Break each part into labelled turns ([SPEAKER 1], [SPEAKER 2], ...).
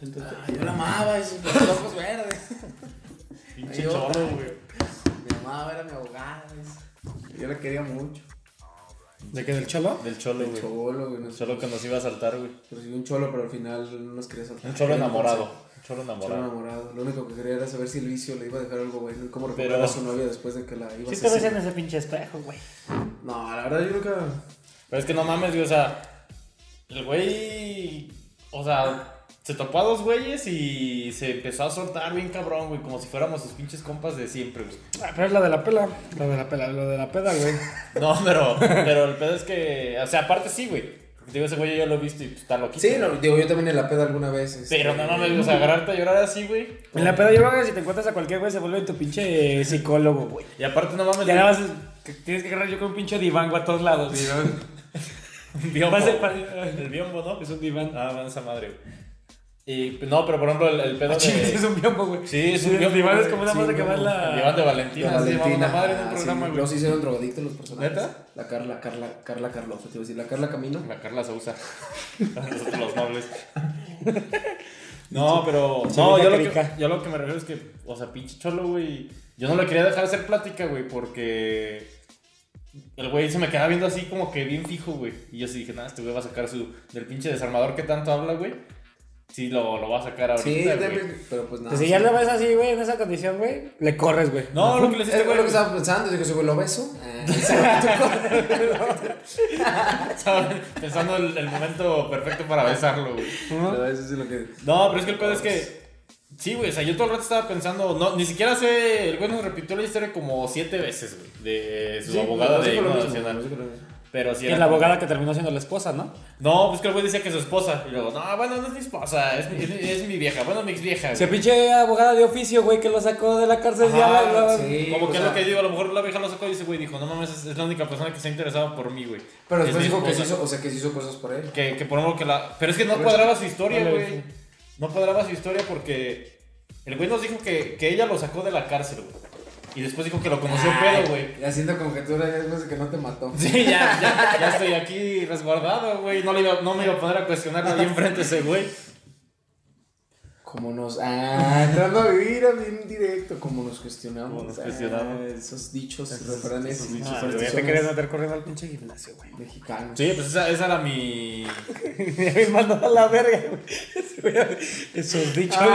[SPEAKER 1] Entonces,
[SPEAKER 2] Ah, yo la amaba, y sus los ojos verdes.
[SPEAKER 1] pinche
[SPEAKER 2] Ay, otra.
[SPEAKER 1] cholo, güey.
[SPEAKER 2] Mi amaba era mi abogada. y Yo la quería mucho.
[SPEAKER 3] ¿De qué? ¿Del cholo?
[SPEAKER 1] Del cholo,
[SPEAKER 2] El
[SPEAKER 1] güey.
[SPEAKER 2] cholo, güey. no
[SPEAKER 1] El
[SPEAKER 2] sé.
[SPEAKER 1] cholo que nos iba a saltar, güey.
[SPEAKER 2] Pero sí, un cholo, pero al final no nos quería soltar.
[SPEAKER 1] Un cholo enamorado.
[SPEAKER 2] Entonces,
[SPEAKER 1] Un cholo
[SPEAKER 2] un Cholo
[SPEAKER 1] enamorado.
[SPEAKER 2] enamorado. Lo único que quería era saber si el vicio le iba a dejar algo bueno y cómo recuperar
[SPEAKER 1] Pero-
[SPEAKER 2] a su novia después de que la iba a
[SPEAKER 3] Sí te ves en
[SPEAKER 2] asesinar.
[SPEAKER 3] ese pinche espejo, güey.
[SPEAKER 2] No, la verdad yo nunca.
[SPEAKER 1] Pero es que no mames, güey. O sea, el güey. O sea, se topó a dos güeyes y se empezó a soltar bien cabrón, güey. Como si fuéramos sus pinches compas de siempre, güey.
[SPEAKER 3] Ah, pero es la de la pela. La de la pela, lo de la peda, güey.
[SPEAKER 1] No, pero, pero el pedo es que. O sea, aparte sí, güey. Porque te digo, ese güey yo lo he visto y pues, está loquísimo.
[SPEAKER 2] Sí, no, digo, yo también en la peda alguna vez. este,
[SPEAKER 1] Pero no mames, güey, o sea, agarrarte a llorar así, güey.
[SPEAKER 3] En la peda yo creo que si te encuentras a cualquier güey se vuelve tu pinche eh, psicólogo, güey.
[SPEAKER 1] Y aparte no mames,
[SPEAKER 3] Ya nada
[SPEAKER 1] güey.
[SPEAKER 3] más es- que tienes que agarrar yo con un pinche diván güey, a todos lados. güey.
[SPEAKER 1] un biombo.
[SPEAKER 3] Va a ser eh, para-
[SPEAKER 1] El biombo, ¿no?
[SPEAKER 3] Es un diván.
[SPEAKER 1] Ah, van esa madre, güey. Y pues, no, pero por ejemplo, el, el pedo
[SPEAKER 3] Ah, chinga,
[SPEAKER 1] de.
[SPEAKER 3] es un biombo, güey.
[SPEAKER 1] Sí, es un
[SPEAKER 3] El
[SPEAKER 1] biombo,
[SPEAKER 3] diván es
[SPEAKER 1] güey.
[SPEAKER 3] como una
[SPEAKER 2] Sí,
[SPEAKER 3] madre que
[SPEAKER 2] no.
[SPEAKER 3] va en la...
[SPEAKER 1] El diván de
[SPEAKER 2] La
[SPEAKER 1] Valentina, se llamaba
[SPEAKER 2] Valentina.
[SPEAKER 1] una madre en un
[SPEAKER 2] ah,
[SPEAKER 1] programa,
[SPEAKER 2] sí,
[SPEAKER 1] güey.
[SPEAKER 2] Los hicieron drogadictos los personajes.
[SPEAKER 1] ¿Neta?
[SPEAKER 2] La Carla, Carla, Carla Carlota, te iba a decir, la Carla Camino.
[SPEAKER 1] La Carla Sousa. Nosotros los nobles. No, pero. No, yo lo, que,
[SPEAKER 3] carica.
[SPEAKER 1] yo lo que me refiero es que, o sea, pinche cholo, güey. Yo no le quería dejar hacer plática, güey, porque. El güey se me quedaba viendo así como que bien fijo, güey. Y yo sí dije, nada, este güey va a sacar su. Del pinche desarmador que tanto habla, güey. Sí, lo, lo va a sacar ahorita.
[SPEAKER 2] Sí,
[SPEAKER 1] güey.
[SPEAKER 2] también, pero pues nada.
[SPEAKER 3] Pues si
[SPEAKER 2] sí.
[SPEAKER 3] ya lo ves así, güey, en esa condición, güey, le corres, güey.
[SPEAKER 1] No, lo que le hiciste,
[SPEAKER 2] Es
[SPEAKER 1] güey.
[SPEAKER 2] lo que estaba pensando, dije, güey, ¿lo beso? Ah, sí.
[SPEAKER 1] Estaba pensando el, el momento perfecto para besarlo, güey.
[SPEAKER 2] No, eso sí es lo que...
[SPEAKER 1] No, pero es que el pedo es que. Sí, güey, o sea, yo todo el rato estaba pensando. No, ni siquiera sé. El güey nos repitió la historia como siete veces, güey. De su
[SPEAKER 2] Sí,
[SPEAKER 1] abogada
[SPEAKER 2] pues,
[SPEAKER 1] de
[SPEAKER 2] sí, por
[SPEAKER 1] himno
[SPEAKER 2] lo mismo,
[SPEAKER 1] nacional.
[SPEAKER 2] sí, por lo mismo.
[SPEAKER 1] Pero sí
[SPEAKER 3] Que es
[SPEAKER 1] era
[SPEAKER 3] la
[SPEAKER 1] como-
[SPEAKER 3] abogada que terminó siendo la esposa, ¿no?
[SPEAKER 1] No, pues que el güey decía que es su esposa. Y luego, no, bueno, no es mi esposa, es mi, es, mi- es mi vieja. Bueno, mi ex vieja.
[SPEAKER 3] Se pinche abogada de oficio, güey, que lo sacó de la cárcel ya.
[SPEAKER 1] Ajá,
[SPEAKER 3] la- la-
[SPEAKER 2] sí.
[SPEAKER 1] como
[SPEAKER 2] o
[SPEAKER 1] que es
[SPEAKER 2] sea-
[SPEAKER 1] lo que digo, a lo mejor la vieja lo sacó y ese güey dijo, no mames, es, es la única persona que se ha interesado por mí, güey.
[SPEAKER 2] Pero
[SPEAKER 1] Es
[SPEAKER 2] después
[SPEAKER 1] mi
[SPEAKER 2] dijo que se
[SPEAKER 1] esposa.
[SPEAKER 2] hizo, o sea, que se hizo cosas por él.
[SPEAKER 1] Que, que por ejemplo que la... Pero es que no
[SPEAKER 2] Pero
[SPEAKER 1] cuadraba su historia,
[SPEAKER 3] Vale,
[SPEAKER 1] güey.
[SPEAKER 3] sí.
[SPEAKER 1] No cuadraba su historia porque... El güey nos dijo que, que ella lo sacó de la cárcel, güey. Y después dijo que lo conoció pedo, güey.
[SPEAKER 2] Y Haciendo conjetura ya después de que no te mató.
[SPEAKER 1] Ah. Sí, ya, ya, ya estoy aquí resguardado, güey. No, le iba- no me iba a poner a cuestionar ahí enfrente a ese güey.
[SPEAKER 2] Como nos... Ah, entrando a vivir a bien directo. Como nos cuestionamos.
[SPEAKER 1] Como nos
[SPEAKER 2] Ah,
[SPEAKER 1] cuestionamos.
[SPEAKER 2] esos dichos,
[SPEAKER 1] Esos-
[SPEAKER 2] refranes.
[SPEAKER 1] esos
[SPEAKER 2] y
[SPEAKER 1] dichos,
[SPEAKER 3] Ah, güey,
[SPEAKER 1] pero
[SPEAKER 3] ya te
[SPEAKER 2] supersticiones
[SPEAKER 3] querías meter corriendo al pinche gimnasio, güey.
[SPEAKER 2] Mexicanos.
[SPEAKER 1] Sí, pues esa, esa era mi...
[SPEAKER 3] Me mandó a la verga, güey. Ese güey. Esos dichos.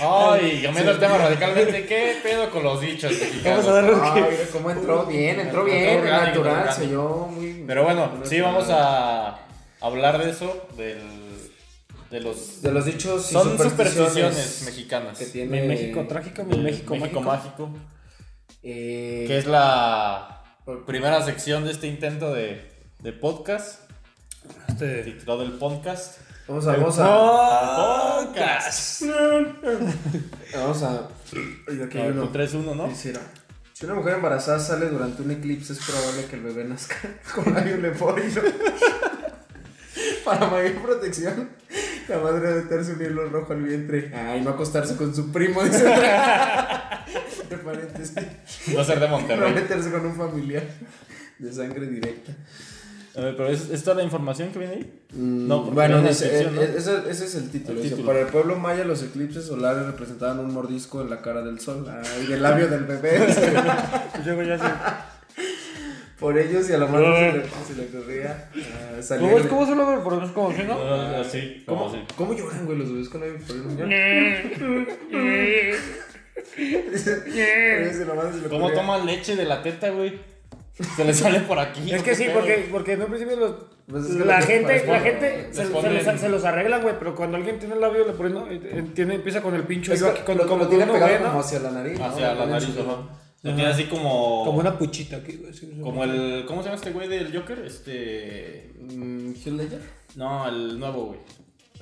[SPEAKER 1] Ay, cambiando el tema radicalmente. ¿Qué pedo con los dichos mexicanos?
[SPEAKER 3] Vamos a darle un
[SPEAKER 2] Ah,
[SPEAKER 3] que.
[SPEAKER 2] mira cómo entró bien, entró
[SPEAKER 1] Entró
[SPEAKER 2] bien,
[SPEAKER 1] orgánico,
[SPEAKER 2] natural,
[SPEAKER 1] orgánico.
[SPEAKER 2] se oyó muy...
[SPEAKER 1] Pero bueno,
[SPEAKER 2] muy
[SPEAKER 1] sí,
[SPEAKER 2] natural.
[SPEAKER 1] vamos a hablar de eso, del... De los...
[SPEAKER 2] De los dichos y
[SPEAKER 1] Son supersticiones mexicanas.
[SPEAKER 2] que tiene...
[SPEAKER 3] Mi México trágico, mi
[SPEAKER 1] El
[SPEAKER 3] México, mágico.
[SPEAKER 1] mágico.
[SPEAKER 2] Eh, pues,
[SPEAKER 1] Que es la
[SPEAKER 2] por-
[SPEAKER 1] primera sección de este intento de, de podcast,
[SPEAKER 3] Este-
[SPEAKER 1] titulado el podcast.
[SPEAKER 2] Vamos a... Vamos a...
[SPEAKER 3] ¡Oh!
[SPEAKER 1] Podcast.
[SPEAKER 2] Vamos a... Ay, aquí hay uno.
[SPEAKER 1] Tú traes uno, ¿no?
[SPEAKER 2] Quisiera. Si una mujer embarazada sale durante un eclipse, es probable que el bebé nazca con labio leporino. Para mayor protección, la madre debe tenerse un hilo rojo al vientre. Ay, no acostarse con su primo, dice otra. Entre paréntesis.
[SPEAKER 1] Va a ser de
[SPEAKER 2] No
[SPEAKER 1] Monterrey.
[SPEAKER 2] meterse con un familiar de sangre directa.
[SPEAKER 1] A ver, pero ¿es, es toda la información que viene ahí?
[SPEAKER 2] No,
[SPEAKER 1] porque
[SPEAKER 2] Mm, bueno,
[SPEAKER 1] era una
[SPEAKER 2] dice,
[SPEAKER 1] descripción,
[SPEAKER 2] eh,
[SPEAKER 1] ¿no?
[SPEAKER 2] ese, ese es el título.
[SPEAKER 1] El
[SPEAKER 2] dice,
[SPEAKER 1] título.
[SPEAKER 2] para el pueblo maya los eclipses solares representaban un mordisco en la cara del sol Ay, y el labio del bebé. dice.
[SPEAKER 3] Luego ya se-
[SPEAKER 2] Por ellos y a la mano se le, se le ocurría ah, salir.
[SPEAKER 3] ¿Cómo es? ¿Cómo se lo ve? ¿Por es como si
[SPEAKER 1] No,
[SPEAKER 3] no?
[SPEAKER 1] no, no, sí,
[SPEAKER 2] ¿Cómo, Pues
[SPEAKER 1] como sí.
[SPEAKER 2] cómo lloran, güey, los bebés con labio leporino?
[SPEAKER 1] ¿Cómo toman leche de la teta, güey? Se le sale por aquí.
[SPEAKER 3] Es
[SPEAKER 1] ¿no?
[SPEAKER 3] que
[SPEAKER 1] ¿Qué
[SPEAKER 3] sí,
[SPEAKER 1] pedo?
[SPEAKER 3] porque, porque en un principio los,
[SPEAKER 2] Pues es que
[SPEAKER 3] la,
[SPEAKER 2] los-
[SPEAKER 3] gente,
[SPEAKER 2] les
[SPEAKER 3] la
[SPEAKER 2] ponen-
[SPEAKER 3] gente
[SPEAKER 1] les
[SPEAKER 3] se, se
[SPEAKER 1] ponen-
[SPEAKER 3] los, se los arregla, güey, pero cuando alguien tiene el labio leporino, eh, tiene, empieza con el pincho
[SPEAKER 2] Es
[SPEAKER 3] iba aquí,
[SPEAKER 2] que
[SPEAKER 3] con,
[SPEAKER 2] lo,
[SPEAKER 3] como
[SPEAKER 2] lo tiene
[SPEAKER 3] con uno,
[SPEAKER 2] pegado
[SPEAKER 3] güey, ¿no?
[SPEAKER 2] como hacia la nariz. ¿no?
[SPEAKER 1] Hacia la
[SPEAKER 2] Ponen
[SPEAKER 1] nariz,
[SPEAKER 2] su-
[SPEAKER 1] ajá. Lo tiene así como...
[SPEAKER 3] Como una puchita aquí, güey. sí, sí.
[SPEAKER 1] Como el... ¿Cómo se llama este güey del Joker? Este...
[SPEAKER 2] Mm, Heath Ledger.
[SPEAKER 1] No, el nuevo, güey.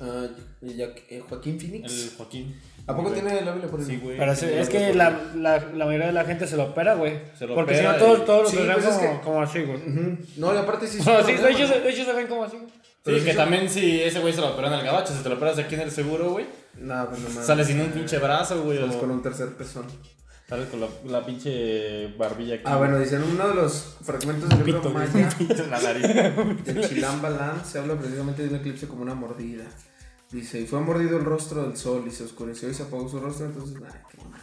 [SPEAKER 2] Ah, y Jack- eh, Joaquín Phoenix.
[SPEAKER 1] El Joaquín.
[SPEAKER 2] ¿A poco
[SPEAKER 1] Güey.
[SPEAKER 2] tiene el labio leporino?
[SPEAKER 1] Sí, güey.
[SPEAKER 3] Pero sí, es que la, la, la mayoría de la gente se lo opera, güey.
[SPEAKER 1] Se lo
[SPEAKER 3] Porque si
[SPEAKER 1] opera
[SPEAKER 3] no,
[SPEAKER 1] y-
[SPEAKER 3] todos, todos los
[SPEAKER 2] Sí,
[SPEAKER 3] arreglan
[SPEAKER 2] pues es
[SPEAKER 3] como,
[SPEAKER 2] que-
[SPEAKER 3] como así, güey.
[SPEAKER 2] Ujú. No, y aparte sí.
[SPEAKER 3] O sea, sí,
[SPEAKER 2] son-
[SPEAKER 3] ellos, ellos se ven como así, güey.
[SPEAKER 1] Sí, que también si ese güey se lo operó en el gabacho, si te lo operas aquí en el seguro, güey,
[SPEAKER 2] No, pues no mames.
[SPEAKER 1] sales sin un pinche brazo, güey.
[SPEAKER 2] Sales
[SPEAKER 1] o-
[SPEAKER 2] con un tercer pezón.
[SPEAKER 1] Sale con la, la pinche barbilla aquí.
[SPEAKER 2] Ah, bueno, dicen uno de los fragmentos del libro
[SPEAKER 3] Pito, güey.
[SPEAKER 2] maya
[SPEAKER 1] En la nariz.
[SPEAKER 2] del Chilambalam se habla precisamente de un eclipse como una mordida. Dice, y fue mordido el rostro del sol y se oscureció y se apagó su rostro, entonces, ay, qué mal.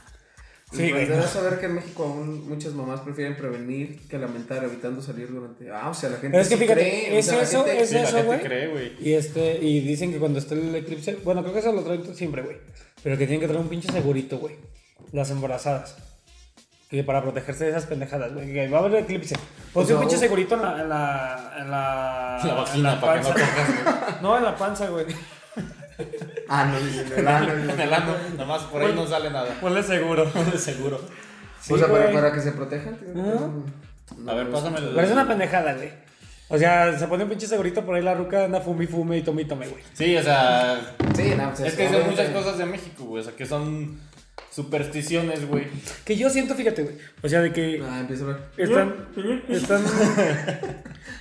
[SPEAKER 3] Sí,
[SPEAKER 2] Sí,
[SPEAKER 3] güey,
[SPEAKER 2] a saber que en México aún muchas mamás prefieren prevenir que lamentar, evitando salir durante. Ah, o sea, la gente.
[SPEAKER 3] Pero es que
[SPEAKER 2] sí
[SPEAKER 3] fíjate,
[SPEAKER 2] cree, o sea, la
[SPEAKER 3] eso-
[SPEAKER 2] gente-
[SPEAKER 1] Sí, la
[SPEAKER 3] eso,
[SPEAKER 1] gente
[SPEAKER 3] güey?
[SPEAKER 1] cree, güey.
[SPEAKER 3] Y este, y dicen que cuando está el eclipse, bueno, creo que eso lo traen siempre, güey. Pero que tienen que traer un pinche segurito, güey. Las embarazadas. Que para protegerse de esas pendejadas, güey. Que va a haber eclipse. Ponte
[SPEAKER 2] sea,
[SPEAKER 3] un pinche
[SPEAKER 2] o-
[SPEAKER 3] segurito en la. En la, en la,
[SPEAKER 1] Pues Ah,
[SPEAKER 3] en
[SPEAKER 1] La vagina, para que no
[SPEAKER 3] panza.
[SPEAKER 1] cojas, güey.
[SPEAKER 3] No, en la panza, güey.
[SPEAKER 2] Ah, no, dicen, el ano, dicen,
[SPEAKER 1] En el ano, nada más por ahí no sale nada.
[SPEAKER 3] Ponle seguro.
[SPEAKER 1] De seguro.
[SPEAKER 3] Sí,
[SPEAKER 2] o sea, para,
[SPEAKER 3] güey.
[SPEAKER 2] para que se protejan. tienen que-
[SPEAKER 3] Ajá.
[SPEAKER 2] No,
[SPEAKER 1] A ver,
[SPEAKER 2] pues,
[SPEAKER 1] pásame el.
[SPEAKER 3] Pero es una pendejada, güey. O sea, se pone un pinche segurito por ahí la ruca anda fume y fume y tome y tome, güey.
[SPEAKER 1] Sí, o sea.
[SPEAKER 2] Sí, no, pues,
[SPEAKER 1] Es que son muchas
[SPEAKER 2] obviamente.
[SPEAKER 1] cosas de México, güey. O sea, que son supersticiones, güey.
[SPEAKER 3] Que yo siento, fíjate, güey. O sea, de que
[SPEAKER 2] Ah, empieza a ver.
[SPEAKER 3] están. están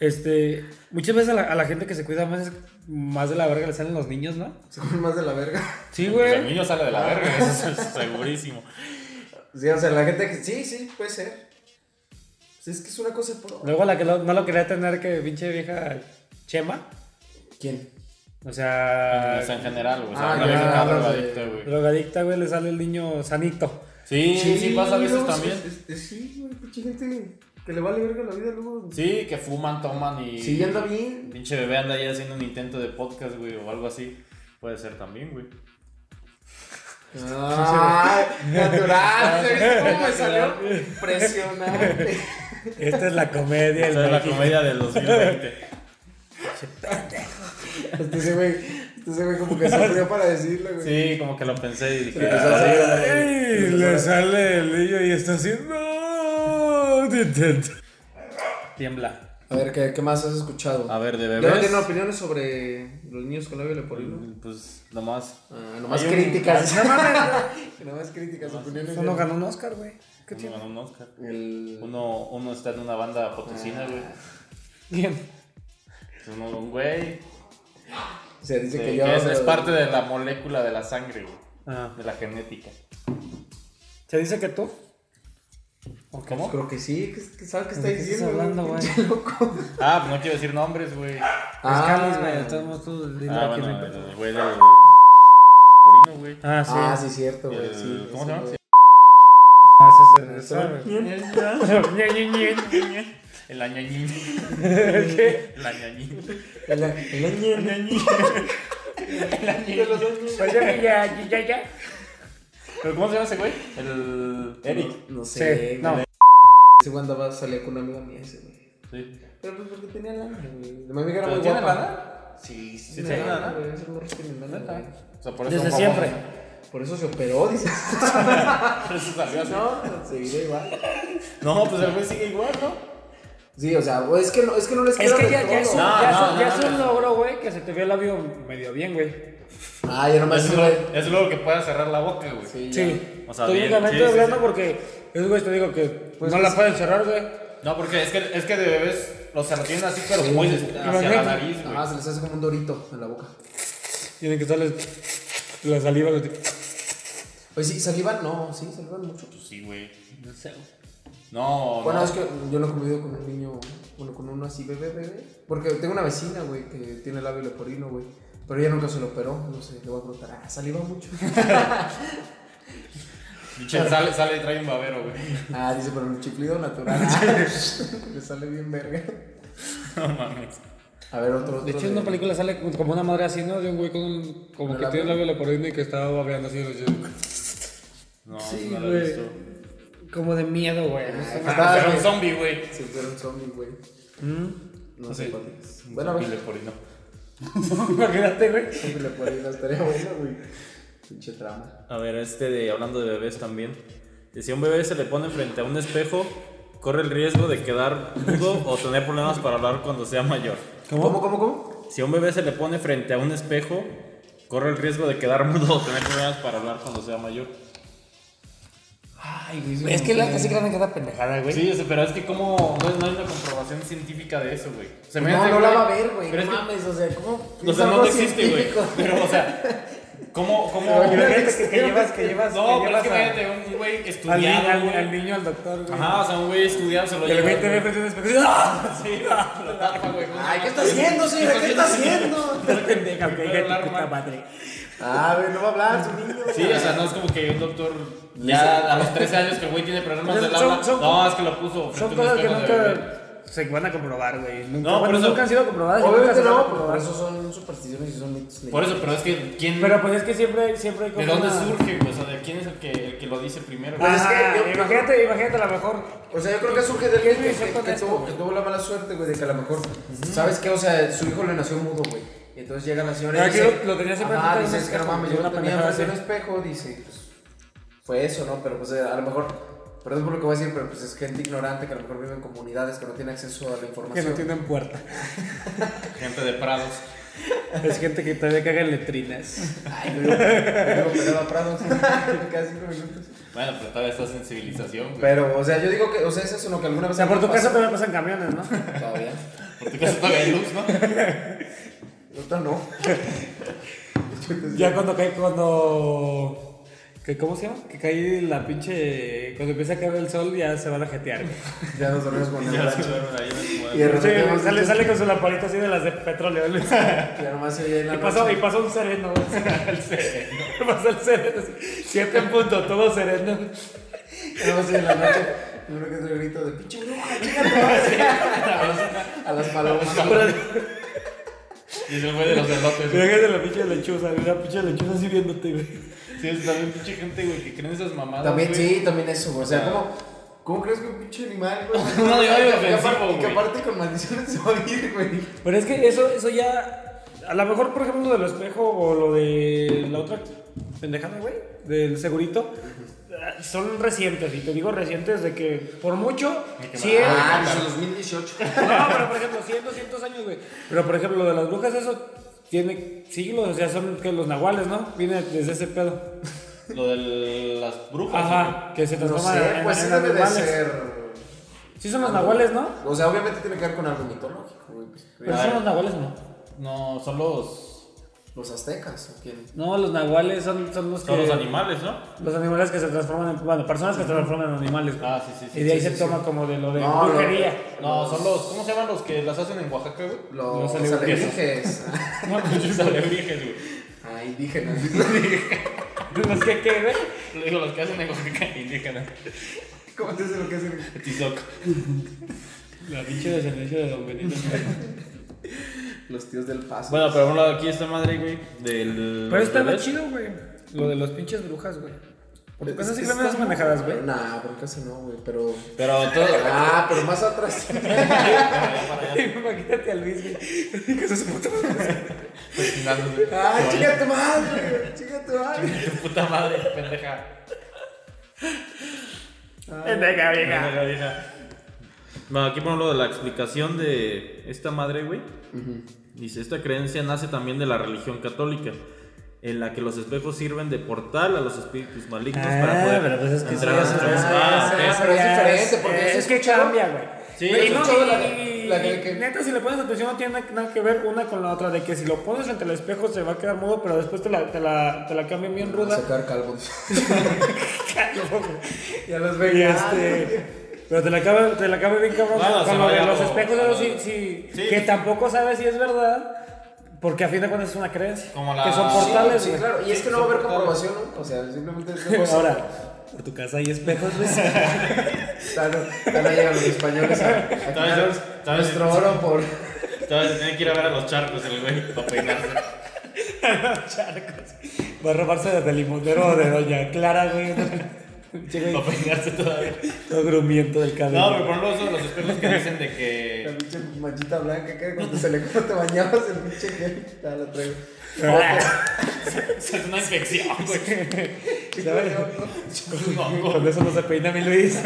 [SPEAKER 3] este. Muchas veces a la, a la gente que se cuida más, más de la verga le salen los niños, ¿no?
[SPEAKER 2] Se comen más de la verga.
[SPEAKER 3] Sí,
[SPEAKER 1] Pues el
[SPEAKER 3] güey.
[SPEAKER 1] niño sale de la verga, eso es segurísimo.
[SPEAKER 2] Sí, o sea, la gente que. Sí, sí, puede ser. Pues es que es una cosa por.
[SPEAKER 3] Luego a la que lo- no lo quería tener, que pinche vieja Chema.
[SPEAKER 2] ¿Quién?
[SPEAKER 3] O sea.
[SPEAKER 1] O sea, en general, güey. O sea,
[SPEAKER 2] Ah,
[SPEAKER 1] una
[SPEAKER 2] ya,
[SPEAKER 1] vez cada
[SPEAKER 2] hablas de-
[SPEAKER 1] drogadicta, güey.
[SPEAKER 3] Drogadicta, güey, le sale el niño sanito.
[SPEAKER 1] Sí, sí, pasa a veces
[SPEAKER 2] no,
[SPEAKER 1] también.
[SPEAKER 2] es- es- sí, güey, pinche gente que le vale verga la vida luego.
[SPEAKER 1] Sí, que fuman, toman y.
[SPEAKER 2] Sí, ya anda bien.
[SPEAKER 1] Pinche bebé anda ya haciendo un intento de podcast, güey, o algo así. Puede ser también, güey.
[SPEAKER 2] Ah, natural. ¿Ves cómo me salió? Impresionante.
[SPEAKER 3] Esta es la comedia.
[SPEAKER 1] Esa es la
[SPEAKER 3] México.
[SPEAKER 1] comedia del 2020.
[SPEAKER 2] Este ese güey, este ese güey como que sufrió para decirlo, güey.
[SPEAKER 1] Sí, como que lo pensé y dije.
[SPEAKER 2] Empezó a
[SPEAKER 1] "Ah,
[SPEAKER 2] hacer-
[SPEAKER 3] Ey, le sale el niño y está así. No, detente". Tiembla.
[SPEAKER 2] A ver, ¿qué, qué más has escuchado?
[SPEAKER 1] A ver, de
[SPEAKER 2] ¿Ya no
[SPEAKER 1] bebés.
[SPEAKER 2] tienen opiniones sobre los niños con labio leporino?
[SPEAKER 1] Pues nomás.
[SPEAKER 2] Ah, nomás
[SPEAKER 1] Hay un-
[SPEAKER 2] críticas. nomás críticas, opiniones.
[SPEAKER 3] Eso no ganó un Oscar, güey. ¿Qué
[SPEAKER 1] Uno
[SPEAKER 3] tiene?
[SPEAKER 1] ganó un Oscar.
[SPEAKER 2] El...
[SPEAKER 1] Uno, uno está en una banda
[SPEAKER 2] Ah.
[SPEAKER 1] potosina, güey.
[SPEAKER 3] Bien.
[SPEAKER 1] Uno, un güey.
[SPEAKER 2] Se dice
[SPEAKER 1] de-
[SPEAKER 2] que
[SPEAKER 1] que
[SPEAKER 2] yo...
[SPEAKER 1] es, es parte de la molécula de la sangre, güey.
[SPEAKER 3] Ah.
[SPEAKER 1] De la genética.
[SPEAKER 3] ¿Se dice que tú? ¿O qué?
[SPEAKER 1] ¿Cómo?
[SPEAKER 2] Creo que sí, que, que sabe qué está
[SPEAKER 3] ¿De qué estás
[SPEAKER 2] diciendo.
[SPEAKER 3] hablando, güey?
[SPEAKER 2] pinche loco.
[SPEAKER 1] Ah, pues no quiero decir nombres, güey. Ah,
[SPEAKER 3] Escalis, güey. Estamos todos dile a quién
[SPEAKER 1] bueno,
[SPEAKER 3] le-
[SPEAKER 1] el güey del. Purino, güey.
[SPEAKER 3] Ah, sí.
[SPEAKER 2] Ah, sí, cierto, güey.
[SPEAKER 1] El-
[SPEAKER 2] Sí,
[SPEAKER 1] ¿Cómo se llama?
[SPEAKER 3] Ah, sí, sí, sí, sí.
[SPEAKER 1] El añañín.
[SPEAKER 3] ¿Qué?
[SPEAKER 1] El añañín.
[SPEAKER 2] El el año. De los años.
[SPEAKER 3] Pues ya, ya, ya, ya.
[SPEAKER 1] ¿Pero cómo se llama ese güey? El. Eric.
[SPEAKER 2] No, no
[SPEAKER 3] Sí,
[SPEAKER 2] sé.
[SPEAKER 3] no.
[SPEAKER 2] güey. Ese güey andaba, salía con una amiga mía ese, güey.
[SPEAKER 1] Sí.
[SPEAKER 2] Pero pues porque tenía lana, güey. Mi amiga era
[SPEAKER 1] ¿Pero
[SPEAKER 2] muy
[SPEAKER 1] tiene
[SPEAKER 2] guapa.
[SPEAKER 1] lana?
[SPEAKER 2] Sí, sí.
[SPEAKER 1] ¿Sí
[SPEAKER 2] tiene
[SPEAKER 1] tiene
[SPEAKER 2] lana,
[SPEAKER 1] lana?
[SPEAKER 2] güey. Ese morro tiene lana, güey.
[SPEAKER 1] O sea, por eso.
[SPEAKER 3] Desde
[SPEAKER 1] famoso.
[SPEAKER 3] siempre.
[SPEAKER 2] Por eso se operó, dices.
[SPEAKER 1] Por eso salió así.
[SPEAKER 2] No, seguiré igual.
[SPEAKER 1] No, pues el güey sigue igual, ¿no?
[SPEAKER 2] Sí, o sea, güey, es que no, es que no les
[SPEAKER 3] Es
[SPEAKER 2] queda
[SPEAKER 3] que
[SPEAKER 2] de
[SPEAKER 3] ya, ya es un,
[SPEAKER 2] todo.
[SPEAKER 1] No,
[SPEAKER 3] ya
[SPEAKER 1] no,
[SPEAKER 3] es un-
[SPEAKER 1] no,
[SPEAKER 3] ya es
[SPEAKER 1] no,
[SPEAKER 3] un
[SPEAKER 1] no.
[SPEAKER 3] logro, güey, que se te vio el labio medio bien, güey.
[SPEAKER 2] Ah, ya nomás
[SPEAKER 1] Es
[SPEAKER 2] ese
[SPEAKER 1] lo,
[SPEAKER 2] güey.
[SPEAKER 1] es lo que pueda cerrar la boca, güey.
[SPEAKER 2] Sí. ya.
[SPEAKER 3] Sí.
[SPEAKER 1] O sea, bien,
[SPEAKER 3] Técnicamente
[SPEAKER 1] sí, sí,
[SPEAKER 3] hablando,
[SPEAKER 1] sí.
[SPEAKER 3] porque esos güeyes te digo que no la pueden cerrar, güey.
[SPEAKER 1] No, porque es que, es que de bebés los retienen así, pero muy des- hacia la
[SPEAKER 3] Imagínate.
[SPEAKER 1] nariz, güey.
[SPEAKER 2] Ah, se les hace como un dorito en la boca.
[SPEAKER 3] Tienen que estarles la saliva. los-
[SPEAKER 2] Oye, sí, salivan, no, sí, salivan mucho.
[SPEAKER 1] Pues sí, güey.
[SPEAKER 3] No sé, güey.
[SPEAKER 1] No,
[SPEAKER 2] Bueno,
[SPEAKER 1] no.
[SPEAKER 2] es que yo lo he comido con un niño, bueno, con uno así bebé, bebé. Porque tengo una vecina, güey, que tiene labio leporino, güey. Pero ella nunca se lo operó, no sé, le voy a preguntar, ah, saliva mucho.
[SPEAKER 1] Michelle sale, sale y trae un babero, güey.
[SPEAKER 2] ah, dice, pero un chiflido natural. le sale bien verga.
[SPEAKER 1] No mames.
[SPEAKER 2] A ver, otro, otro.
[SPEAKER 3] De hecho, en una película sale como una madre así, ¿no? De un güey con un. Como
[SPEAKER 2] ¿Con
[SPEAKER 3] que
[SPEAKER 2] el
[SPEAKER 3] tiene el
[SPEAKER 2] labio?
[SPEAKER 3] labio leporino y que está babeando así. los
[SPEAKER 1] No,
[SPEAKER 3] Sí,
[SPEAKER 1] no lo he
[SPEAKER 3] güey.
[SPEAKER 1] visto.
[SPEAKER 3] Como de miedo, güey.
[SPEAKER 1] Ah,
[SPEAKER 2] Ah,
[SPEAKER 1] era un
[SPEAKER 2] güey.
[SPEAKER 1] zombie, güey.
[SPEAKER 2] Se fueron un zombie, güey.
[SPEAKER 3] Mm.
[SPEAKER 2] No sé
[SPEAKER 1] Sí.
[SPEAKER 2] cuál es. Bueno, a ver.
[SPEAKER 1] Y leporino.
[SPEAKER 3] Imagínate, güey.
[SPEAKER 2] Zombie leporino estaría bueno, güey. Pinche trama.
[SPEAKER 1] A ver, este de hablando de bebés también. Que Si a un bebé se le pone frente a un espejo, corre el riesgo de quedar mudo o tener problemas para hablar cuando sea mayor.
[SPEAKER 2] ¿Cómo, cómo, cómo?
[SPEAKER 1] Si a un bebé se le pone frente a un espejo, corre el riesgo de quedar mudo o tener problemas para hablar cuando sea mayor.
[SPEAKER 2] Ay, güey. eso
[SPEAKER 3] Es
[SPEAKER 2] no
[SPEAKER 3] que la
[SPEAKER 2] sé.
[SPEAKER 3] casi que cada pendejada, güey.
[SPEAKER 1] Sí, o sea, pero es que como no, no hay una comprobación científica de eso, güey. Se me
[SPEAKER 2] No,
[SPEAKER 1] hace,
[SPEAKER 2] no la va a ver, güey.
[SPEAKER 1] Pero
[SPEAKER 2] No
[SPEAKER 1] es que-
[SPEAKER 2] mames, o sea, ¿cómo?
[SPEAKER 1] o sea,
[SPEAKER 2] Es
[SPEAKER 1] no
[SPEAKER 2] algo
[SPEAKER 1] existe, güey.
[SPEAKER 2] científico.
[SPEAKER 1] Pero, o sea, ¿Cómo, cómo?
[SPEAKER 3] Pero imagínate que, que llevas, que llevas,
[SPEAKER 1] No,
[SPEAKER 3] que
[SPEAKER 1] pero
[SPEAKER 3] llevas
[SPEAKER 1] es que
[SPEAKER 3] a-
[SPEAKER 1] imagínate, un güey
[SPEAKER 3] al, ni-
[SPEAKER 1] estudiado,
[SPEAKER 3] al-
[SPEAKER 1] güey.
[SPEAKER 3] al niño, al doctor, güey.
[SPEAKER 1] Ajá, o sea, un güey estudiado se lo
[SPEAKER 3] Y el
[SPEAKER 1] lleva.
[SPEAKER 3] güey te ve
[SPEAKER 1] güey.
[SPEAKER 3] frente al espejo y dice, ¡Ah!
[SPEAKER 1] Sí, lo tapa, güey.
[SPEAKER 2] Ay, ¿qué está haciendo, señora? ¿Qué está haciendo?
[SPEAKER 3] Estás pendeja, ok, hija de tu puta
[SPEAKER 1] Alarma.
[SPEAKER 3] madre.
[SPEAKER 2] Ah, güey, no va a hablar su niño.
[SPEAKER 1] Sí, o sea, no es como que un doctor ya a los 13 años que el güey tiene problemas
[SPEAKER 3] Son-
[SPEAKER 1] del habla.
[SPEAKER 3] son-
[SPEAKER 1] No, es que lo
[SPEAKER 3] Son
[SPEAKER 1] puso. frente a un
[SPEAKER 3] cosas que
[SPEAKER 1] espejo de bebé.
[SPEAKER 3] nunca se van a comprobar, güey. Nunca,
[SPEAKER 1] No, por
[SPEAKER 3] bueno,
[SPEAKER 1] eso-
[SPEAKER 3] nunca han sido comprobadas. y nunca
[SPEAKER 2] Obviamente
[SPEAKER 3] se van a
[SPEAKER 2] no, pero
[SPEAKER 3] comprobar.
[SPEAKER 2] eso son supersticiones y son mitos.
[SPEAKER 1] Por eso, pero es que ¿quién
[SPEAKER 3] Pero pues es que siempre, siempre hay como
[SPEAKER 1] ¿De dónde
[SPEAKER 3] una-
[SPEAKER 1] surge? güey? O sea, ¿de quién es el que, el que lo dice primero?
[SPEAKER 3] Ajá,
[SPEAKER 1] güey?
[SPEAKER 2] Pues es que yo-
[SPEAKER 3] Ah, imagínate, imagínate a lo mejor.
[SPEAKER 2] O sea, yo creo que surge del
[SPEAKER 3] ¿Qué
[SPEAKER 2] que,
[SPEAKER 3] es lo que
[SPEAKER 2] que-
[SPEAKER 3] con
[SPEAKER 2] que
[SPEAKER 3] esto,
[SPEAKER 2] tuvo,
[SPEAKER 3] güey?
[SPEAKER 2] que tuvo la mala suerte, güey, de que a lo mejor, ¿sabes qué? O sea, su hijo le nació mudo, güey. Y entonces llega la señora y
[SPEAKER 3] Pero aquí
[SPEAKER 2] dice,
[SPEAKER 3] lo- lo tenía siempre
[SPEAKER 2] ah,
[SPEAKER 3] enfrente de un
[SPEAKER 2] dice, es que no
[SPEAKER 3] espejo,
[SPEAKER 2] mames,
[SPEAKER 3] de
[SPEAKER 2] yo lo
[SPEAKER 3] una
[SPEAKER 2] tenía
[SPEAKER 3] pendejada
[SPEAKER 2] frente de un espejo, dice, pues, fue eso, ¿no? Pero pues eh, a lo mejor, perdón por lo que voy a decir, pero pues es gente ignorante que a lo mejor vive en comunidades que no tiene acceso a la
[SPEAKER 3] Que no
[SPEAKER 2] información.
[SPEAKER 3] tienen puerta.
[SPEAKER 1] Gente de Prados.
[SPEAKER 3] Es gente que todavía caga en letrinas.
[SPEAKER 2] Ay, güey, luego peleaba Prado, cada cinco minutos.
[SPEAKER 1] Bueno, pero todavía estás en civilización, güey.
[SPEAKER 2] Pero, o sea, yo digo que, o sea, es eso, ¿no? Que alguna
[SPEAKER 3] O
[SPEAKER 2] vez...
[SPEAKER 3] sea, por tu
[SPEAKER 2] pasó.
[SPEAKER 3] casa todavía pasan camiones, ¿no?
[SPEAKER 2] Todavía.
[SPEAKER 1] Por tu casa todavía hay luz, ¿no?
[SPEAKER 2] Ahorita no.
[SPEAKER 3] Ya cuando cae, cuando. que- ¿Cómo se llama? Que cae la pinche. Cuando empieza a caer el sol, ya se van a jetear, güey.
[SPEAKER 2] Ya nos dormimos con el
[SPEAKER 1] Ya
[SPEAKER 2] rancho.
[SPEAKER 1] escucharon ahí en la
[SPEAKER 2] Y el-
[SPEAKER 1] escuela.
[SPEAKER 3] Sí, sale, sale con su lamparita así de las de petróleo. güey.
[SPEAKER 2] Ya nomás se oye en la
[SPEAKER 3] Y pasó,
[SPEAKER 2] noche.
[SPEAKER 3] y pasó un sereno. güey. Pasó el sereno. así, Siete en punto, todo sereno.
[SPEAKER 2] Ya nomás se oye en la noche. Yo creo que es el grito de pinche bruja, chinga tu madre". A las palomas.
[SPEAKER 1] Y es el güey de los elotes, güey.
[SPEAKER 3] Fíjate la pinche lechuza, güey, la pinche lechuza así viéndote, güey.
[SPEAKER 1] Sí, es también pinche gente, güey, que creen esas mamadas.
[SPEAKER 2] También,
[SPEAKER 1] güey.
[SPEAKER 2] sí, también eso, güey. O sea, ¿cómo, ¿cómo crees que un pinche animal, güey?
[SPEAKER 1] Un animal
[SPEAKER 2] Y que aparte-
[SPEAKER 1] inofensivo,
[SPEAKER 2] y Que
[SPEAKER 1] güey.
[SPEAKER 2] aparte con maldiciones se va a ir, güey.
[SPEAKER 3] Pero es que eso, eso ya. A lo mejor, por ejemplo, lo del espejo o lo de la otra pendejada, güey, del segurito, ah, son recientes. Y te digo recientes de que, por mucho,
[SPEAKER 1] De que
[SPEAKER 3] 100.
[SPEAKER 1] va-
[SPEAKER 2] Ah, desde 2018.
[SPEAKER 3] No, pero por ejemplo, 100, 200 años, güey. Pero por ejemplo, lo de las brujas, eso tiene siglos. O sea, son que los nahuales, ¿no? Viene desde ese pedo.
[SPEAKER 1] Lo de las brujas. güey.
[SPEAKER 3] Ajá, que se
[SPEAKER 2] No
[SPEAKER 3] transforman
[SPEAKER 2] sé,
[SPEAKER 3] en,
[SPEAKER 2] pues
[SPEAKER 3] en
[SPEAKER 2] sí debe de
[SPEAKER 3] animales.
[SPEAKER 2] ser.
[SPEAKER 3] Sí, son los nahuales, ¿no?
[SPEAKER 2] O sea, obviamente tiene que ver con algo mitológico, güey. Pues, ah,
[SPEAKER 3] Pero
[SPEAKER 1] A
[SPEAKER 3] son
[SPEAKER 1] ver.
[SPEAKER 3] los nahuales, o ¿no?
[SPEAKER 1] No, son los.
[SPEAKER 2] Los aztecas, ¿o quién?
[SPEAKER 3] No, los nahuales son, son los que.
[SPEAKER 1] Son los animales, ¿no?
[SPEAKER 3] Los animales que se transforman en. Bueno, personas que se transforman en animales. güey.
[SPEAKER 1] Ah, sí, sí, sí,
[SPEAKER 3] Y de ahí
[SPEAKER 1] sí,
[SPEAKER 3] se
[SPEAKER 1] sí,
[SPEAKER 3] toma como de lo de
[SPEAKER 2] No, no.
[SPEAKER 3] brujería.
[SPEAKER 1] No, son los. ¿Cómo se llaman los que las hacen en Oaxaca, güey?
[SPEAKER 2] Los,
[SPEAKER 3] Los
[SPEAKER 2] alebrijes.
[SPEAKER 1] No, los alebrijes, güey.
[SPEAKER 2] Ah, indígenas.
[SPEAKER 3] Los que qué, güey.
[SPEAKER 1] Lo digo, los que hacen en Oaxaca indígena.
[SPEAKER 2] ¿Cómo te hace lo que hacen?
[SPEAKER 1] Tizoc.
[SPEAKER 3] La pinche descendencia de Don Benito.
[SPEAKER 2] Los tíos del paso.
[SPEAKER 1] Bueno, pero por un lado aquí esta madre, güey, del...
[SPEAKER 3] Pero está
[SPEAKER 1] del-
[SPEAKER 3] más chido, güey. Lo de los pinches brujas, güey. Por tu casa
[SPEAKER 2] Es
[SPEAKER 3] sí
[SPEAKER 2] que
[SPEAKER 3] ven esas
[SPEAKER 2] está-
[SPEAKER 3] manejadas, güey.
[SPEAKER 2] Nah, por casi no, güey, pero.
[SPEAKER 1] Pero todo...
[SPEAKER 2] Ah, pero más atrás.
[SPEAKER 3] Imagínate a Luis, güey. Que se puto.
[SPEAKER 1] Pestinándose.
[SPEAKER 2] ah, chica tu madre, chica tu madre.
[SPEAKER 1] Tu puta madre, pendeja.
[SPEAKER 3] Venga, venga.
[SPEAKER 1] Pendeja, vieja. Bueno, aquí por lo de la explicación de esta madre, güey. Dice, esta creencia nace también de la religión católica, en la que los espejos sirven de portal a los espíritus malignos para poder entrar a
[SPEAKER 2] eso
[SPEAKER 1] nuestro
[SPEAKER 2] ya
[SPEAKER 1] mundo.
[SPEAKER 2] Ah, pues es- ya es-
[SPEAKER 1] Ah, ok.
[SPEAKER 2] pero
[SPEAKER 3] ya
[SPEAKER 2] diferente, porque
[SPEAKER 3] es,
[SPEAKER 2] ese
[SPEAKER 3] es que
[SPEAKER 2] escuchó-
[SPEAKER 3] cambia, güey.
[SPEAKER 1] Sí,
[SPEAKER 3] Güey,
[SPEAKER 1] ese
[SPEAKER 3] no,
[SPEAKER 2] escuchó
[SPEAKER 3] y-
[SPEAKER 2] la-
[SPEAKER 3] y-
[SPEAKER 2] la que- que-
[SPEAKER 3] Neta, si le pones atención, no tiene nada que ver una con la otra. De que si lo pones frente al espejo se va a quedar mudo, pero después te la, te la, te la cambian bien
[SPEAKER 2] Vamos a
[SPEAKER 3] ruda.
[SPEAKER 2] sacar calvos. Ya los
[SPEAKER 3] Y
[SPEAKER 2] veía.
[SPEAKER 3] este. Pero te la acaba, te la acaba bien cabrón
[SPEAKER 1] Bueno,
[SPEAKER 3] con-
[SPEAKER 1] se
[SPEAKER 3] con lo
[SPEAKER 1] va
[SPEAKER 3] de
[SPEAKER 1] ya
[SPEAKER 3] los
[SPEAKER 1] como-
[SPEAKER 3] espejos,
[SPEAKER 1] como-
[SPEAKER 3] pero sí, sí,
[SPEAKER 1] Sí.
[SPEAKER 3] que tampoco sabes si es verdad, porque a fin de cuentas es una creencia.
[SPEAKER 1] Como la-
[SPEAKER 3] Que son
[SPEAKER 1] Sí,
[SPEAKER 3] portales,
[SPEAKER 2] Sí,
[SPEAKER 3] güey.
[SPEAKER 2] claro. Y es que no va a haber comprobación, ¿no? O sea, simplemente es como-
[SPEAKER 3] Ahora, a tu casa hay espejos, güey.
[SPEAKER 2] Tan, tan allá llegan los españoles a, a quitarnos
[SPEAKER 1] ¿Sabes?
[SPEAKER 2] nuestro oro por.
[SPEAKER 1] Entonces tiene que ir a ver a los charcos el güey para peinarse.
[SPEAKER 3] charcos. Va a robarse desde el limonero o de Doña Clara, güey. Llega
[SPEAKER 1] Para
[SPEAKER 3] ahí,
[SPEAKER 1] peinarse todavía.
[SPEAKER 3] todo grumiento del cabello.
[SPEAKER 1] No, pero por los, los espejos que dicen de
[SPEAKER 2] La
[SPEAKER 1] que.
[SPEAKER 2] pinche manchita blanca que cuando se le cuando te bañabas el pinche gel. Ya la traigo.
[SPEAKER 1] Es una infección, güey.
[SPEAKER 3] ¿Sabes?
[SPEAKER 1] Es un hongo.
[SPEAKER 3] Con eso no se peina mi Luis.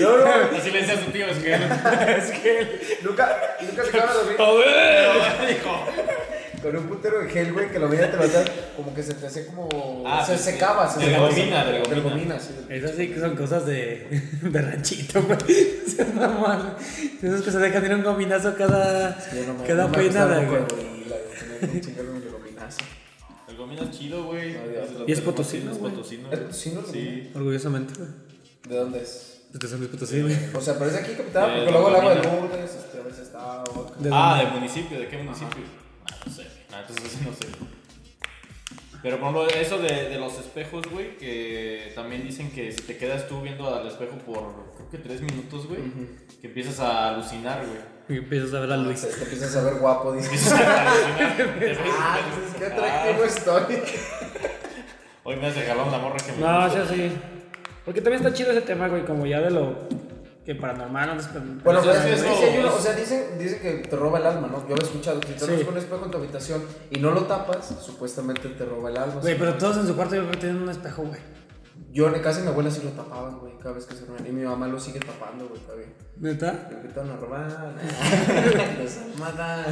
[SPEAKER 2] No, no,
[SPEAKER 1] Así le decía a su tío, es que.
[SPEAKER 3] es que.
[SPEAKER 2] nunca, nunca se quedaron a dormir
[SPEAKER 1] A ver, dijo.
[SPEAKER 2] con un puntero de gel, güey, que lo veía te levantar, como que se te hacía como.
[SPEAKER 1] Ah,
[SPEAKER 2] se
[SPEAKER 1] sí, sí.
[SPEAKER 2] secaba, se
[SPEAKER 1] De
[SPEAKER 2] secaba.
[SPEAKER 1] gomina, de gomina.
[SPEAKER 2] gomina, sí.
[SPEAKER 3] Esas sí que son cosas de, de ranchito, güey. Esas mamás. Esas que se dejan ir un gominazo cada,
[SPEAKER 2] Yo no me-
[SPEAKER 3] cada
[SPEAKER 2] no me
[SPEAKER 3] peinada,
[SPEAKER 2] gustaba
[SPEAKER 3] güey. Ah,
[SPEAKER 2] el gorila, güey, tenía que chingarme un gominazo.
[SPEAKER 1] El gomino es chido, güey.
[SPEAKER 2] No, Dios,
[SPEAKER 1] Nosotros
[SPEAKER 3] Y es
[SPEAKER 1] tenemos
[SPEAKER 3] potosino,
[SPEAKER 1] Es
[SPEAKER 3] güey.
[SPEAKER 1] potosino.
[SPEAKER 2] ¿Es potosino,
[SPEAKER 1] Sí.
[SPEAKER 3] Orgullosamente, güey.
[SPEAKER 2] ¿De dónde es?
[SPEAKER 3] Este es mi potosí, güey.
[SPEAKER 2] O sea, parece aquí capital,
[SPEAKER 1] Eh,
[SPEAKER 2] porque luego el agua de
[SPEAKER 1] Dopamina.
[SPEAKER 2] Lourdes, este, a veces está otra.
[SPEAKER 3] ¿De
[SPEAKER 1] ah,
[SPEAKER 3] dónde?
[SPEAKER 1] del municipio, ¿de qué municipio? Ah, no sé, güey. Ah, entonces sí no sé. Pero por ejemplo, eso de, de los espejos, güey, que también dicen que si te quedas tú viendo al espejo por creo que tres minutos, güey, que empiezas a alucinar, güey.
[SPEAKER 3] Y empiezas a ver a Luis.
[SPEAKER 2] Te empiezas a ver guapo, dices.
[SPEAKER 1] Empiezas a alucinar. te ves-
[SPEAKER 2] Ah, dices, qué atractivo estoy.
[SPEAKER 1] Hoy me has regalado la morra que me
[SPEAKER 3] No,
[SPEAKER 1] gusta.
[SPEAKER 3] sí, sí. Porque también está chido ese tema, güey, como ya de lo que paranormal. no es paranormal.
[SPEAKER 2] Bueno,
[SPEAKER 1] Pero
[SPEAKER 2] pero
[SPEAKER 1] eso
[SPEAKER 2] es
[SPEAKER 1] es
[SPEAKER 2] que
[SPEAKER 1] como- pues
[SPEAKER 2] sí hay uno, o sea, dicen, dicen que te roba el alma, ¿no? Yo lo he escuchado, si te
[SPEAKER 3] Sí.
[SPEAKER 2] pones un espejo en tu habitación y no lo tapas, supuestamente te roba el alma.
[SPEAKER 3] Güey, pero todos en su cuarto yo creo que tienen un espejo, güey.
[SPEAKER 2] Yo en casa de mi abuela sí lo tapaban, güey, cada vez que se reunían. Y mi mamá lo sigue tapando, güey, todavía.
[SPEAKER 3] ¿Neta?
[SPEAKER 2] Lo invitan a robar. Desarmada.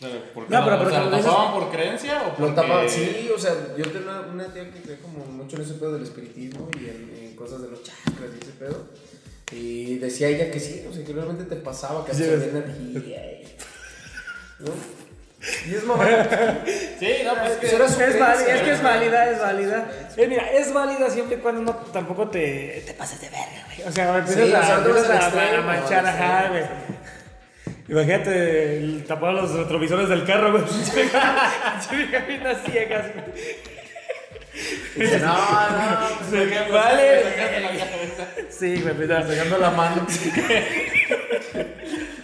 [SPEAKER 1] No, ¿por qué
[SPEAKER 3] No,
[SPEAKER 1] no?
[SPEAKER 3] pero
[SPEAKER 1] O
[SPEAKER 3] por
[SPEAKER 1] sea, ¿lo
[SPEAKER 3] ejemplo,
[SPEAKER 1] tapaban por creencia o
[SPEAKER 2] Lo
[SPEAKER 1] porque...?
[SPEAKER 2] tapaban, sí, o sea, yo tengo una, una tía que cree como mucho en ese pedo del espiritismo y en, en cosas de los chakras y ese pedo. Y decía ella que sí, o sea, que realmente te pasaba, que
[SPEAKER 3] Sí,
[SPEAKER 2] hacía
[SPEAKER 3] ves.
[SPEAKER 2] energía. y- ¿No? Y es mamá.
[SPEAKER 1] Sí, no, pues es que...
[SPEAKER 2] Pues era su
[SPEAKER 3] Es,
[SPEAKER 2] creencia,
[SPEAKER 3] válida, es que es
[SPEAKER 2] güey.
[SPEAKER 3] válida, es válida. Eh, mira, es válida siempre y cuando no tampoco te, te pases de verga, güey. O sea, empiezas
[SPEAKER 2] Sí,
[SPEAKER 3] a,
[SPEAKER 2] o sea, no
[SPEAKER 3] empiezas
[SPEAKER 2] vas al
[SPEAKER 3] a-
[SPEAKER 2] extremo,
[SPEAKER 3] a manchar,
[SPEAKER 2] al extremo.
[SPEAKER 3] ajá, güey. Imagínate el- tapar los retrovisores del carro, güey. Caminas ciegas, güey.
[SPEAKER 2] Dice, no, no,
[SPEAKER 1] pues,
[SPEAKER 3] Se-
[SPEAKER 1] Sacando la
[SPEAKER 3] Vale.
[SPEAKER 1] cabeza.
[SPEAKER 3] Sí, güey, mira,
[SPEAKER 2] sacando la mano.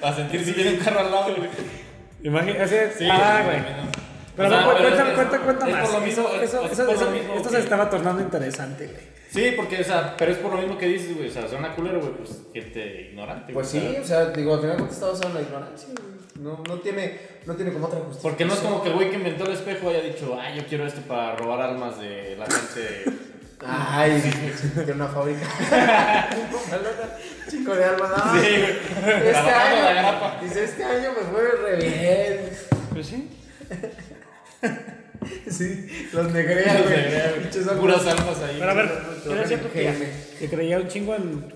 [SPEAKER 1] Para sentir si tiene un carro al lado, güey.
[SPEAKER 3] Imagínate,
[SPEAKER 1] Sí,
[SPEAKER 3] ah,
[SPEAKER 1] sí,
[SPEAKER 3] güey.
[SPEAKER 1] no.
[SPEAKER 3] Pero
[SPEAKER 1] O sea,
[SPEAKER 3] no, cu- cuenta,
[SPEAKER 1] es-
[SPEAKER 3] cuenta, cuenta
[SPEAKER 1] es
[SPEAKER 3] más.
[SPEAKER 1] por lo mismo,
[SPEAKER 3] Eso-
[SPEAKER 1] es-
[SPEAKER 3] eso-
[SPEAKER 1] es
[SPEAKER 3] eso-
[SPEAKER 1] por lo
[SPEAKER 3] eso-
[SPEAKER 1] mismo
[SPEAKER 3] esto
[SPEAKER 1] que-
[SPEAKER 3] se estaba tornando interesante, güey.
[SPEAKER 1] Sí, porque, o sea, pero es por lo mismo que dices, güey. O sea, suena culero, güey, pues gente ignorante,
[SPEAKER 2] Pues
[SPEAKER 1] güey. o sea,
[SPEAKER 2] sí, o sea, digo, al final cuentas está basado en la ignorancia, güey. No, no tiene, no tiene como otra justicia.
[SPEAKER 1] Porque no es como que el güey que inventó el espejo haya dicho, ah, yo quiero esto para robar almas de la gente.
[SPEAKER 2] Ay, tiene una fábrica. Chico de alma, no.
[SPEAKER 1] Sí, güey.
[SPEAKER 2] Este
[SPEAKER 1] Trabajando la
[SPEAKER 2] año,
[SPEAKER 1] grapa.
[SPEAKER 2] dice, este año me fue re bien.
[SPEAKER 3] Pues sí.
[SPEAKER 2] Sí, los negrea,
[SPEAKER 1] Los
[SPEAKER 2] güey.
[SPEAKER 1] negrea, güey.
[SPEAKER 2] Pinches ojos.
[SPEAKER 1] Puras almas ahí.
[SPEAKER 3] Pero a ver, ¿qué
[SPEAKER 2] Yo
[SPEAKER 3] decía tu tía?
[SPEAKER 2] gene.
[SPEAKER 3] Que creía un chingo en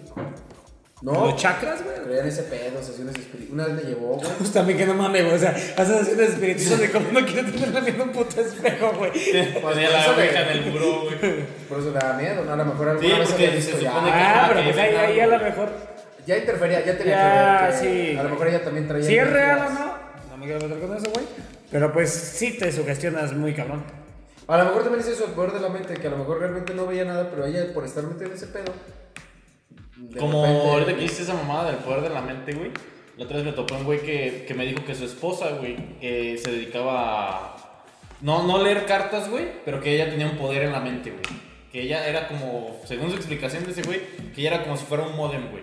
[SPEAKER 2] No, pues,
[SPEAKER 3] los chakras, güey.
[SPEAKER 2] crean ese pedo, sesiones espirituales. Una vez me llevó, güey.
[SPEAKER 3] Pues también que no mames, güey. O sea, vas a hacer espiritismo de cómo no quiero tenerla viendo un puto espejo, güey.
[SPEAKER 1] Ponía la oveja en el muro, güey.
[SPEAKER 2] Por eso le da miedo, ¿no? A lo mejor alguna
[SPEAKER 1] Sí,
[SPEAKER 2] vez
[SPEAKER 1] porque
[SPEAKER 2] había visto
[SPEAKER 1] se
[SPEAKER 2] ya.
[SPEAKER 1] supone que-
[SPEAKER 3] Ah,
[SPEAKER 1] Ah,
[SPEAKER 3] pero pues
[SPEAKER 1] dicen
[SPEAKER 3] ahí,
[SPEAKER 1] algo.
[SPEAKER 3] ahí a lo mejor.
[SPEAKER 2] Ya interfería, ya tenía
[SPEAKER 3] Ya,
[SPEAKER 2] que ver. que
[SPEAKER 3] sí.
[SPEAKER 2] A lo mejor ella también traía.
[SPEAKER 3] Si es real o
[SPEAKER 2] energías.
[SPEAKER 3] no, no me quiero meter con eso, güey. Pero pues sí te sugestionas muy cabrón.
[SPEAKER 2] A lo mejor también es eso, el poder de la mente, que a lo mejor realmente no veía nada, pero ella por estar metida en ese pedo. de
[SPEAKER 1] Como
[SPEAKER 2] repente-
[SPEAKER 1] ahorita que hiciste esa mamada del poder de la mente, güey. La otra vez me topé un güey que, que me dijo que su esposa, güey, eh, se dedicaba a. No, no leer cartas, güey, pero que ella tenía un poder en la mente, güey. Que ella era como, según su explicación de ese güey, que ella era como si fuera un modem, güey.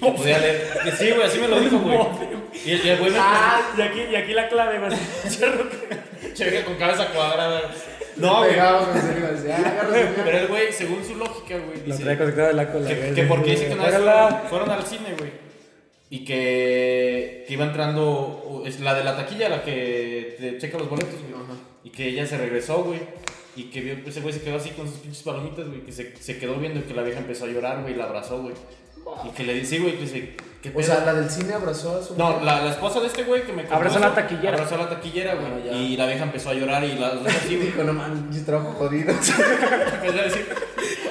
[SPEAKER 1] que podía leer. Que sí, güey, así me lo dijo, güey. Y el y el güey me
[SPEAKER 2] Ah.
[SPEAKER 3] Ah, y aquí, y aquí la clave, güey.
[SPEAKER 1] Checa con cabeza cuadrada.
[SPEAKER 2] No,
[SPEAKER 1] No, güey.
[SPEAKER 2] pegados, en serio, así, ah, agárrate,
[SPEAKER 1] Pero el güey, según su lógica, güey,
[SPEAKER 3] La
[SPEAKER 1] dice.
[SPEAKER 3] trae conectada de la cola,
[SPEAKER 1] Que,
[SPEAKER 3] güey.
[SPEAKER 1] que porque dice que una vez
[SPEAKER 3] Trágala.
[SPEAKER 1] fueron, fueron al cine, güey. Y que, que iba entrando. o- Es la de la taquilla, la que te checa los boletos, güey. Y que ella se regresó, güey. Y que vio, ese güey se quedó así con sus pinches palomitas, güey. Que se, se quedó viendo y que la vieja empezó a llorar, güey. Y la abrazó, güey. Y que le dice, güey, que dice. ¿qué
[SPEAKER 2] O
[SPEAKER 1] pedo?
[SPEAKER 2] sea, la del cine abrazó a su.
[SPEAKER 1] No, la, la esposa de este güey que me contó
[SPEAKER 3] Abrazó la
[SPEAKER 1] eso,
[SPEAKER 3] taquillera.
[SPEAKER 1] Abrazó la taquillera, güey.
[SPEAKER 2] Ah, ya.
[SPEAKER 1] y la vieja empezó a llorar y la dos así, güey.
[SPEAKER 2] Dijo, no mames, yo trabajo jodido.
[SPEAKER 1] empezó a decir,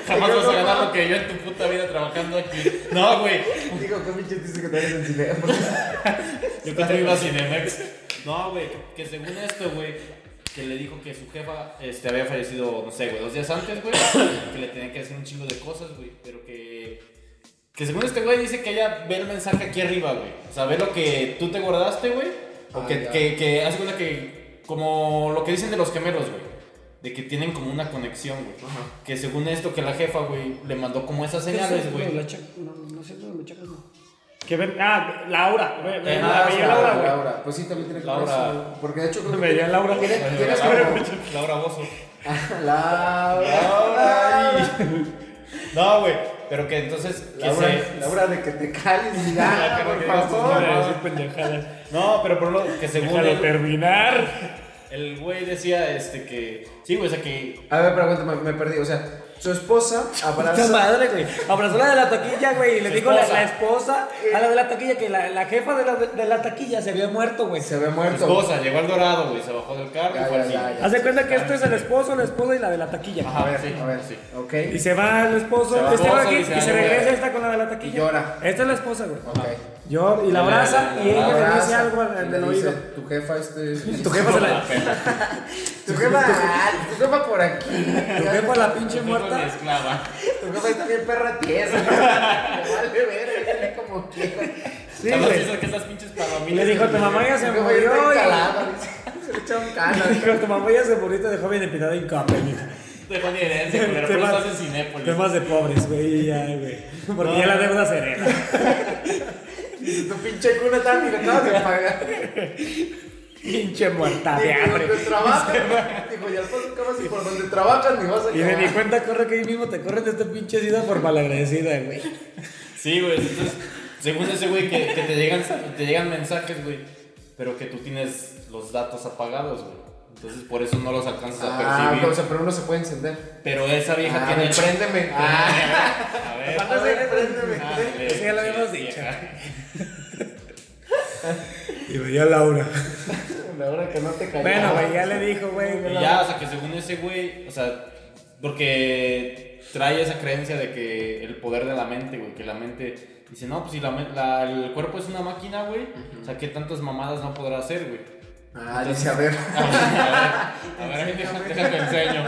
[SPEAKER 1] jamás vas a ganar lo que yo en tu puta vida trabajando aquí. No, güey.
[SPEAKER 2] Digo, qué pinche dice que traes en cine.
[SPEAKER 1] Yo que te iba a Cinemex. No, güey, que según esto, güey, que le dijo que su jefa este, había fallecido, no sé, güey, dos días antes, güey, que le tenía que hacer un chingo de cosas, güey, pero que. Que según este güey dice que ella ve el mensaje aquí arriba, güey. O sea, ve lo que tú te guardaste, güey. O
[SPEAKER 2] Ah,
[SPEAKER 1] que,
[SPEAKER 2] ya.
[SPEAKER 1] que, que hace cuenta que. Como lo que dicen de los gemelos, güey. De que tienen como una conexión, güey. Que según esto, que la jefa, güey, le mandó como esas señales, güey.
[SPEAKER 3] No, no sé, no, chacas no. Que ven, ah, Laura. Ve, ve,
[SPEAKER 1] Eh,
[SPEAKER 3] la,
[SPEAKER 1] ah,
[SPEAKER 3] veía
[SPEAKER 1] sí,
[SPEAKER 3] Laura,
[SPEAKER 1] Laura,
[SPEAKER 3] güey.
[SPEAKER 2] Laura. Pues sí, también tiene que ver
[SPEAKER 1] Laura.
[SPEAKER 2] eso, Porque de hecho, creo que.
[SPEAKER 3] Me veía Laura.
[SPEAKER 2] Tienes, tienes
[SPEAKER 1] Laura,
[SPEAKER 2] como.
[SPEAKER 1] Laura Bozo.
[SPEAKER 2] Ah, Laura.
[SPEAKER 1] No, güey. Pero que entonces. que
[SPEAKER 2] Laura,
[SPEAKER 1] se-
[SPEAKER 2] Laura, de que te cales y ya,
[SPEAKER 1] Ya,
[SPEAKER 2] por
[SPEAKER 1] que
[SPEAKER 3] No,
[SPEAKER 2] favor.
[SPEAKER 1] digas,
[SPEAKER 3] voy a decir pendejadas.
[SPEAKER 1] No, pero por lo que según
[SPEAKER 3] Déjalo
[SPEAKER 1] el,
[SPEAKER 3] terminar.
[SPEAKER 1] el güey decía este que. Sí, güey, o sea que.
[SPEAKER 2] A ver, pero aguántame, me perdí. O sea, Su esposa
[SPEAKER 3] Puta
[SPEAKER 2] abraza.
[SPEAKER 3] madre, güey. Abrazó a la de la taquilla, güey. Y le
[SPEAKER 1] Su
[SPEAKER 3] dijo la,
[SPEAKER 1] esposa.
[SPEAKER 3] la esposa a la de la taquilla que la, la jefa de la, de la taquilla se había muerto, güey.
[SPEAKER 2] Se ve
[SPEAKER 1] Su
[SPEAKER 2] muerto.
[SPEAKER 1] esposa llegó al dorado, güey. Se bajó del carro
[SPEAKER 2] Ya,
[SPEAKER 1] y fue
[SPEAKER 2] ya, ya,
[SPEAKER 1] al cine.
[SPEAKER 2] ya.
[SPEAKER 3] Haz de cuenta que esto es el esposo, la esposa y la de la taquilla.
[SPEAKER 1] Ajá.
[SPEAKER 2] A ver,
[SPEAKER 1] Sí,
[SPEAKER 2] a ver,
[SPEAKER 1] sí.
[SPEAKER 2] Ok.
[SPEAKER 3] Y se va el esposo,
[SPEAKER 1] Se va
[SPEAKER 3] este va
[SPEAKER 1] esposo
[SPEAKER 3] aquí,
[SPEAKER 1] y
[SPEAKER 3] y
[SPEAKER 1] se
[SPEAKER 3] se,
[SPEAKER 1] va la
[SPEAKER 3] regresa
[SPEAKER 1] mujer.
[SPEAKER 3] esta con la de la taquilla.
[SPEAKER 2] Y llora.
[SPEAKER 3] Esta es la esposa, güey.
[SPEAKER 2] Ok.
[SPEAKER 3] Llora y la
[SPEAKER 1] Y le-
[SPEAKER 3] abraza
[SPEAKER 1] le-
[SPEAKER 3] y
[SPEAKER 1] le
[SPEAKER 3] ella le dice
[SPEAKER 2] Abraza,
[SPEAKER 3] algo al-
[SPEAKER 2] y
[SPEAKER 3] al
[SPEAKER 2] le
[SPEAKER 3] del
[SPEAKER 2] dice,
[SPEAKER 3] oído.
[SPEAKER 2] Tu jefa este.
[SPEAKER 3] Tu jefa se
[SPEAKER 1] Ah,
[SPEAKER 3] la.
[SPEAKER 2] Tu jefa. Tu jefa por aquí.
[SPEAKER 3] Tu jefa la pinche
[SPEAKER 1] Muerta.
[SPEAKER 3] muerta.
[SPEAKER 1] esclava.
[SPEAKER 2] Tu jefa está bien perra tiesa. Me vale ver, como quiera.
[SPEAKER 3] Sí,
[SPEAKER 1] Además,
[SPEAKER 3] güey.
[SPEAKER 1] esas- que esas pinches
[SPEAKER 3] Y
[SPEAKER 1] palomitas.
[SPEAKER 3] le dijo, tu mamá ya se
[SPEAKER 2] Tu jefa ya está
[SPEAKER 3] murió. y-
[SPEAKER 2] encalada, dice, Se le echa un cano.
[SPEAKER 3] Le dijo, tu mamá ya se murió y te dejó bien empinada en capa, mija.
[SPEAKER 1] Te van herencia, culero. Pero
[SPEAKER 3] Temas-
[SPEAKER 1] estás en Cinépolis.
[SPEAKER 3] Temas de pobres, güey. ya, güey. Porque
[SPEAKER 1] No.
[SPEAKER 3] ya la deuda serena.
[SPEAKER 2] Dice, Tu pinche cuna tan y le acabas de pagar.
[SPEAKER 3] Pinche muerta de
[SPEAKER 2] Dijo,
[SPEAKER 3] hambre.
[SPEAKER 2] donde trabajas. Dijo, ya por su casa y por donde trabajas ni vas a
[SPEAKER 3] Y de mi
[SPEAKER 2] acabar.
[SPEAKER 3] cuenta corre que ahí mismo te corren de esta pinche ciudad por malagradecida, güey.
[SPEAKER 1] Sí, güey. Entonces, según ese güey, que, que te, llegan, te llegan mensajes, güey. Pero que tú tienes los datos apagados, güey. Entonces, por eso no los alcanzas a
[SPEAKER 2] Ah,
[SPEAKER 1] percibir.
[SPEAKER 2] o sea, pero uno se puede encender.
[SPEAKER 1] Pero esa vieja
[SPEAKER 2] Ah,
[SPEAKER 1] tiene.
[SPEAKER 2] préndeme. Ah,
[SPEAKER 1] A ver.
[SPEAKER 2] a ver, préndeme.
[SPEAKER 1] Ah, le-
[SPEAKER 3] Eso ya lo habíamos
[SPEAKER 1] sí,
[SPEAKER 3] dicho.
[SPEAKER 1] vieja.
[SPEAKER 3] Y veía a Laura.
[SPEAKER 2] Ah, La hora que no te cayó.
[SPEAKER 3] Bueno, güey, ya le dijo, güey.
[SPEAKER 1] Y ya, o sea, que según ese güey, o sea, porque trae esa creencia de que el poder de la mente, güey, que la mente dice, no, pues si la, men- la- el cuerpo es una máquina, güey, o sea, ¿qué tantas mamadas no podrá hacer, güey?
[SPEAKER 2] Ah, dice, a ver.
[SPEAKER 1] A ver, a ver, ahí deja- deja te enseño.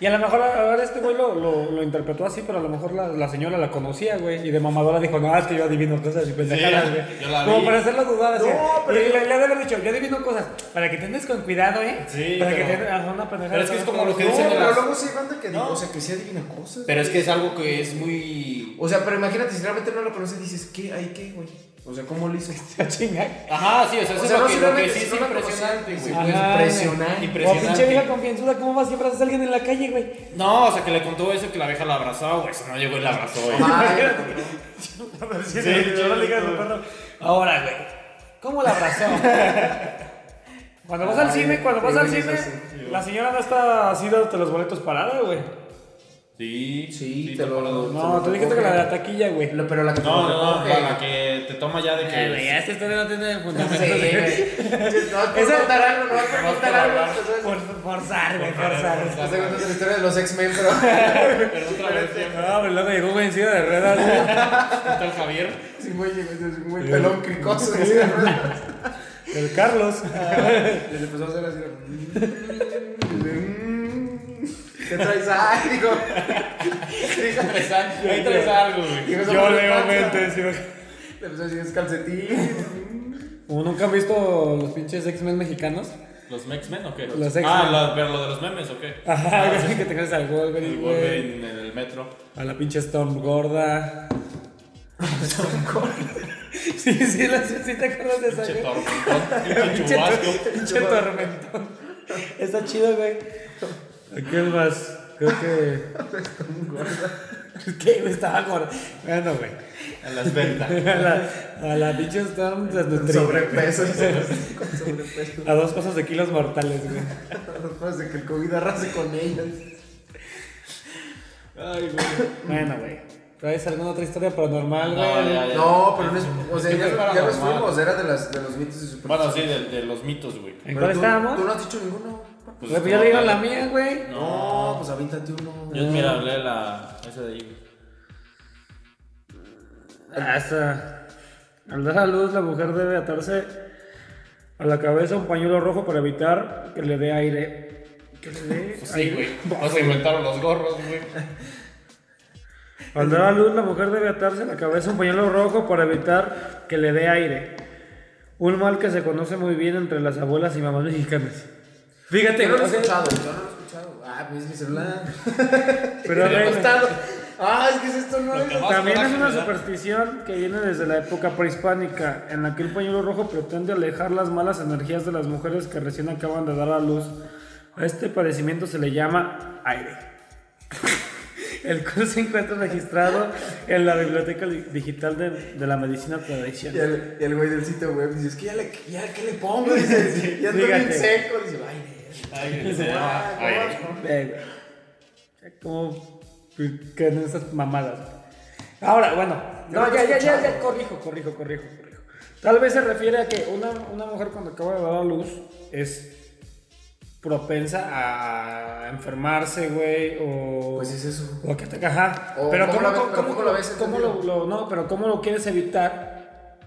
[SPEAKER 3] Y a lo mejor ahora este güey lo, lo, lo interpretó así, pero a lo mejor la, la señora la conocía, güey. Y de mamadora dijo, no, es que yo adivino cosas y pendejadas,
[SPEAKER 1] Sí,
[SPEAKER 3] güey.
[SPEAKER 1] yo la vi.
[SPEAKER 3] Como para hacerlo dudar así.
[SPEAKER 2] No, pero
[SPEAKER 3] Y
[SPEAKER 2] yo-
[SPEAKER 3] le, le ha de haber dicho, yo adivino cosas. Para que tengas con cuidado, ¿eh?
[SPEAKER 1] Sí,
[SPEAKER 3] Para que
[SPEAKER 1] pero-
[SPEAKER 3] tengas haz una pendejada.
[SPEAKER 1] pero es que es como lo que
[SPEAKER 3] No,
[SPEAKER 1] dicen en
[SPEAKER 3] pero-
[SPEAKER 2] pero
[SPEAKER 1] las-
[SPEAKER 2] luego sí, cuenta que digo,
[SPEAKER 1] No.
[SPEAKER 2] o sea, que sí adivina cosas.
[SPEAKER 1] Pero es que es algo que es muy...
[SPEAKER 2] O sea, pero imagínate, si realmente no lo conoces, dices, ¿qué? ¿Hay qué, güey? O sea, ¿cómo lo hizo?
[SPEAKER 1] Este,
[SPEAKER 3] Chinga.
[SPEAKER 1] Ajá, sí, o sea,
[SPEAKER 2] O
[SPEAKER 1] eso
[SPEAKER 2] sea,
[SPEAKER 1] es
[SPEAKER 2] no
[SPEAKER 1] lo que, lo
[SPEAKER 2] simplemente
[SPEAKER 1] que sí
[SPEAKER 2] si
[SPEAKER 1] es
[SPEAKER 2] no la
[SPEAKER 1] impresionante,
[SPEAKER 2] conocías,
[SPEAKER 1] güey.
[SPEAKER 2] güey.
[SPEAKER 3] Ajá,
[SPEAKER 2] impresionante.
[SPEAKER 3] güey.
[SPEAKER 1] Impresionante.
[SPEAKER 3] O pinche vieja confianzuda, ¿cómo vas siempre a alguien en la calle, güey?
[SPEAKER 1] No, o sea, que le contó eso, que la vieja la abrazó, güey, eso no llegó y la abrazó, güey.
[SPEAKER 2] Ay,
[SPEAKER 3] Sí,
[SPEAKER 1] sí,
[SPEAKER 3] yo no le digo a tu
[SPEAKER 1] sí.
[SPEAKER 3] perro. Ahora, güey. ¿Cómo la abrazó? cuando vas al
[SPEAKER 2] Ay,
[SPEAKER 3] cine, cuando vas
[SPEAKER 2] sí,
[SPEAKER 3] al
[SPEAKER 2] güey,
[SPEAKER 3] cine,
[SPEAKER 2] eso sí,
[SPEAKER 3] la señora no está así dándote los boletos parada, güey.
[SPEAKER 1] Sí,
[SPEAKER 2] Sí, te lo-
[SPEAKER 1] lo-
[SPEAKER 2] Se
[SPEAKER 3] No,
[SPEAKER 2] lo
[SPEAKER 3] tú dijiste que la de la taquilla, güey.
[SPEAKER 2] lo- pero la que te
[SPEAKER 1] No,
[SPEAKER 2] lo
[SPEAKER 1] no, no,
[SPEAKER 2] recoge.
[SPEAKER 1] la que te toma ya de que.
[SPEAKER 2] Ah,
[SPEAKER 3] Ay, güey, esta historia no tiene
[SPEAKER 2] Sí,
[SPEAKER 3] fundamento.
[SPEAKER 2] güey. No, por
[SPEAKER 3] Esa-
[SPEAKER 2] contar algo, no, por
[SPEAKER 1] No,
[SPEAKER 2] contar
[SPEAKER 1] por
[SPEAKER 2] algo.
[SPEAKER 1] hablar.
[SPEAKER 2] pues,
[SPEAKER 3] Por forzar, güey, forzar.
[SPEAKER 2] Hace cuenta de la historia de los X-Men, pero.
[SPEAKER 1] Pero otra vez, ¿qué
[SPEAKER 3] No, pero luego llegó un vencido de ruedas, güey.
[SPEAKER 1] tal Javier?
[SPEAKER 2] Sí, güey, es muy pelón cricoso. así.
[SPEAKER 3] El Carlos.
[SPEAKER 2] Les empezó a hacer así. mm, ¿Qué traes? Ay, digo.
[SPEAKER 1] Interesante, Ahí traes algo, güey.
[SPEAKER 2] Digo,
[SPEAKER 3] Yo
[SPEAKER 2] somos
[SPEAKER 3] leo
[SPEAKER 2] panza.
[SPEAKER 3] mentes. yo-
[SPEAKER 2] Le empezó a decir, es calcetín.
[SPEAKER 3] Como nunca han visto los pinches X-Men mexicanos.
[SPEAKER 1] ¿Los Mex-Men o qué?
[SPEAKER 3] Los
[SPEAKER 1] Ah,
[SPEAKER 3] X-Men.
[SPEAKER 1] la- pero lo de los memes o qué?
[SPEAKER 2] Ah,
[SPEAKER 3] Ajá, güey, que te crees al Wolverine,
[SPEAKER 1] El
[SPEAKER 3] güey.
[SPEAKER 1] Wolverine en el metro.
[SPEAKER 3] A la pinche Storm gorda. Sí, sí, la, sí, sí te acuerdas de esa,
[SPEAKER 1] Pinche
[SPEAKER 3] güey.
[SPEAKER 1] tormentón. Pinche
[SPEAKER 3] Pinche
[SPEAKER 1] chubasco.
[SPEAKER 3] tor- Pinche tormentón. Está chido, güey. ¿Qué más? Creo que. ¿Qué, güey? Estaba gorda. Bueno, güey.
[SPEAKER 1] A las ventas.
[SPEAKER 3] A la, a la pinche Storm desnutrida.
[SPEAKER 2] Sobrepeso. Con sobrepeso.
[SPEAKER 3] A dos cosas de kilos mortales, güey.
[SPEAKER 2] Después de que el COVID arrase con ellas.
[SPEAKER 1] Ay, güey.
[SPEAKER 3] Bueno, güey. ¿Traes alguna otra historia paranormal,
[SPEAKER 1] No,
[SPEAKER 3] güey?
[SPEAKER 1] ya, ya.
[SPEAKER 2] No, pero no es. O sea,
[SPEAKER 1] Es que
[SPEAKER 2] ya,
[SPEAKER 1] fue
[SPEAKER 2] ya nos
[SPEAKER 1] paranormal.
[SPEAKER 2] fuimos, era de, las, de los mitos y
[SPEAKER 1] Bueno,
[SPEAKER 2] supersticiones.
[SPEAKER 1] sí, de, de los mitos, güey.
[SPEAKER 3] ¿En
[SPEAKER 2] Pero
[SPEAKER 3] cuál
[SPEAKER 2] tú-
[SPEAKER 3] estábamos?
[SPEAKER 2] Tú no has dicho ninguno.
[SPEAKER 1] Pues,
[SPEAKER 3] Güey, pues ya
[SPEAKER 1] no,
[SPEAKER 3] le digo
[SPEAKER 1] no.
[SPEAKER 3] la mía, güey.
[SPEAKER 2] No, pues avíntate uno.
[SPEAKER 1] Yo, mira, hablé la. Esa de ahí, güey.
[SPEAKER 3] Hasta Ah, al dar a luz la mujer debe atarse a la cabeza un pañuelo rojo para evitar que le dé aire. Que le dé
[SPEAKER 1] Pues sí,
[SPEAKER 3] aire.
[SPEAKER 1] güey. No se inventaron los gorros, güey.
[SPEAKER 3] Al dar a luz la mujer debe atarse a la cabeza un pañuelo rojo para evitar que le dé aire. Un mal que se conoce muy bien entre las abuelas y mamás mexicanas. Fíjate,
[SPEAKER 2] Yo no lo he
[SPEAKER 3] o sea,
[SPEAKER 2] escuchado, yo no lo he escuchado. Ah, pues es mi celular.
[SPEAKER 3] pero
[SPEAKER 1] Me ha
[SPEAKER 3] güey,
[SPEAKER 2] Estado. Ah, es que es esto no
[SPEAKER 1] Lo que
[SPEAKER 2] es.
[SPEAKER 1] va-
[SPEAKER 3] También es una
[SPEAKER 1] ¿verdad?
[SPEAKER 3] superstición que viene desde la época prehispánica, en la que el pañuelo rojo pretende alejar las malas energías de las mujeres que recién acaban de dar a luz. A este padecimiento se le llama aire. El cual se encuentra registrado en la Biblioteca Li- Digital de, de la Medicina
[SPEAKER 2] Y
[SPEAKER 3] Tradicional.
[SPEAKER 2] el, y el güey del sitio web dice, es que ya, le, ya ¿qué le pongo? Dice, ya estoy bien
[SPEAKER 3] Fíjate.
[SPEAKER 2] seco. Dice, ay,
[SPEAKER 1] Ay, güey.
[SPEAKER 2] ay,
[SPEAKER 1] Ay,
[SPEAKER 2] ay.
[SPEAKER 3] Eh, güey. Como que- que en esas mamadas. Ahora, bueno,
[SPEAKER 2] Yo
[SPEAKER 3] no,
[SPEAKER 2] lo
[SPEAKER 3] ya,
[SPEAKER 2] he
[SPEAKER 3] ya, ya,
[SPEAKER 2] escuchado.
[SPEAKER 3] ya, corrijo, corrijo, corrijo, corrijo. Tal vez se refiere a que una, una mujer cuando acaba de dar a luz es propensa a enfermarse, güey, o...
[SPEAKER 2] Pues es eso.
[SPEAKER 3] O que te ajá.
[SPEAKER 2] O
[SPEAKER 3] pero
[SPEAKER 2] cómo
[SPEAKER 3] ¿cómo,
[SPEAKER 2] la ves-
[SPEAKER 3] cómo-
[SPEAKER 2] pero
[SPEAKER 3] cómo-
[SPEAKER 2] cómo la ves
[SPEAKER 3] cómo lo,
[SPEAKER 2] entendido.
[SPEAKER 3] lo- no, pero ¿cómo lo quieres evitar?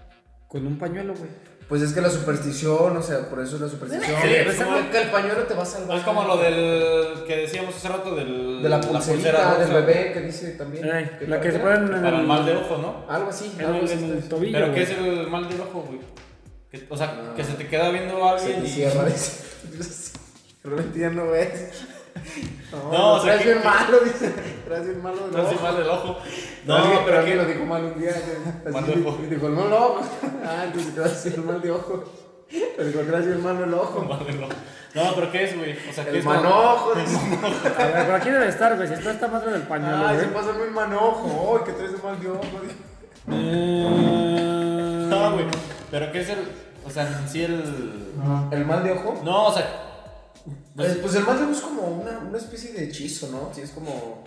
[SPEAKER 3] Con un pañuelo, güey.
[SPEAKER 2] Pues es que la superstición, o sea, por eso es la superstición.
[SPEAKER 1] Sí,
[SPEAKER 2] Pero
[SPEAKER 1] es
[SPEAKER 2] es
[SPEAKER 1] como-
[SPEAKER 2] que el pañuelo te va a
[SPEAKER 1] No
[SPEAKER 2] salvar.
[SPEAKER 1] es como lo del que decíamos hace rato del
[SPEAKER 2] De la pulserita,
[SPEAKER 1] roja,
[SPEAKER 2] del bebé que dice también.
[SPEAKER 3] Ay, la
[SPEAKER 2] para
[SPEAKER 3] que se
[SPEAKER 2] qué?
[SPEAKER 3] ponen en
[SPEAKER 1] Para el
[SPEAKER 3] el,
[SPEAKER 1] mal de ojo, ¿no?
[SPEAKER 2] Algo así,
[SPEAKER 3] en
[SPEAKER 2] algo
[SPEAKER 3] el-
[SPEAKER 2] así.
[SPEAKER 3] en el
[SPEAKER 2] está-
[SPEAKER 3] tobillo.
[SPEAKER 1] Pero ¿qué
[SPEAKER 3] güey.
[SPEAKER 1] es el mal del ojo, güey? Que- O sea, que se te queda viendo a
[SPEAKER 2] Ah. Se
[SPEAKER 1] alguien
[SPEAKER 2] te
[SPEAKER 1] y...
[SPEAKER 2] cierra, dice. Realmente ya no ves. No,
[SPEAKER 1] No, o sea,
[SPEAKER 2] traes
[SPEAKER 1] que-
[SPEAKER 2] bien malo, dice. Traes bien malo de
[SPEAKER 1] No es el
[SPEAKER 2] ojo.
[SPEAKER 1] mal del ojo.
[SPEAKER 2] No,
[SPEAKER 1] No,
[SPEAKER 2] pero
[SPEAKER 1] pero
[SPEAKER 2] alguien
[SPEAKER 1] que...
[SPEAKER 2] lo dijo mal un día. güey.
[SPEAKER 1] Mal
[SPEAKER 2] Así,
[SPEAKER 1] de
[SPEAKER 2] di-
[SPEAKER 1] ojo.
[SPEAKER 2] y dijo, no, no. Ah, entonces te vas a hacer mal de ojo. Pero dijo, traes bien malo el ojo.
[SPEAKER 1] Mal del ojo. No, pero ¿qué es, güey? O sea, ¿qué
[SPEAKER 2] El
[SPEAKER 1] es? como-
[SPEAKER 2] manojo. dice.
[SPEAKER 3] A ver, pero aquí debe estar, güey. Si está esta madre del pañuelo,
[SPEAKER 2] Ay,
[SPEAKER 3] güey.
[SPEAKER 2] se pasó muy manojo. Ay, que traes un mal de ojo. dice.
[SPEAKER 3] Mm.
[SPEAKER 1] No, Ah, güey. Pero ¿qué es el... O sea, en sí el...
[SPEAKER 2] ¿El mal de ojo?
[SPEAKER 1] No, o sea...
[SPEAKER 2] Pues,
[SPEAKER 1] pues-
[SPEAKER 2] pues el mal de ojo es como una, una especie de hechizo, ¿no? Sí, es como.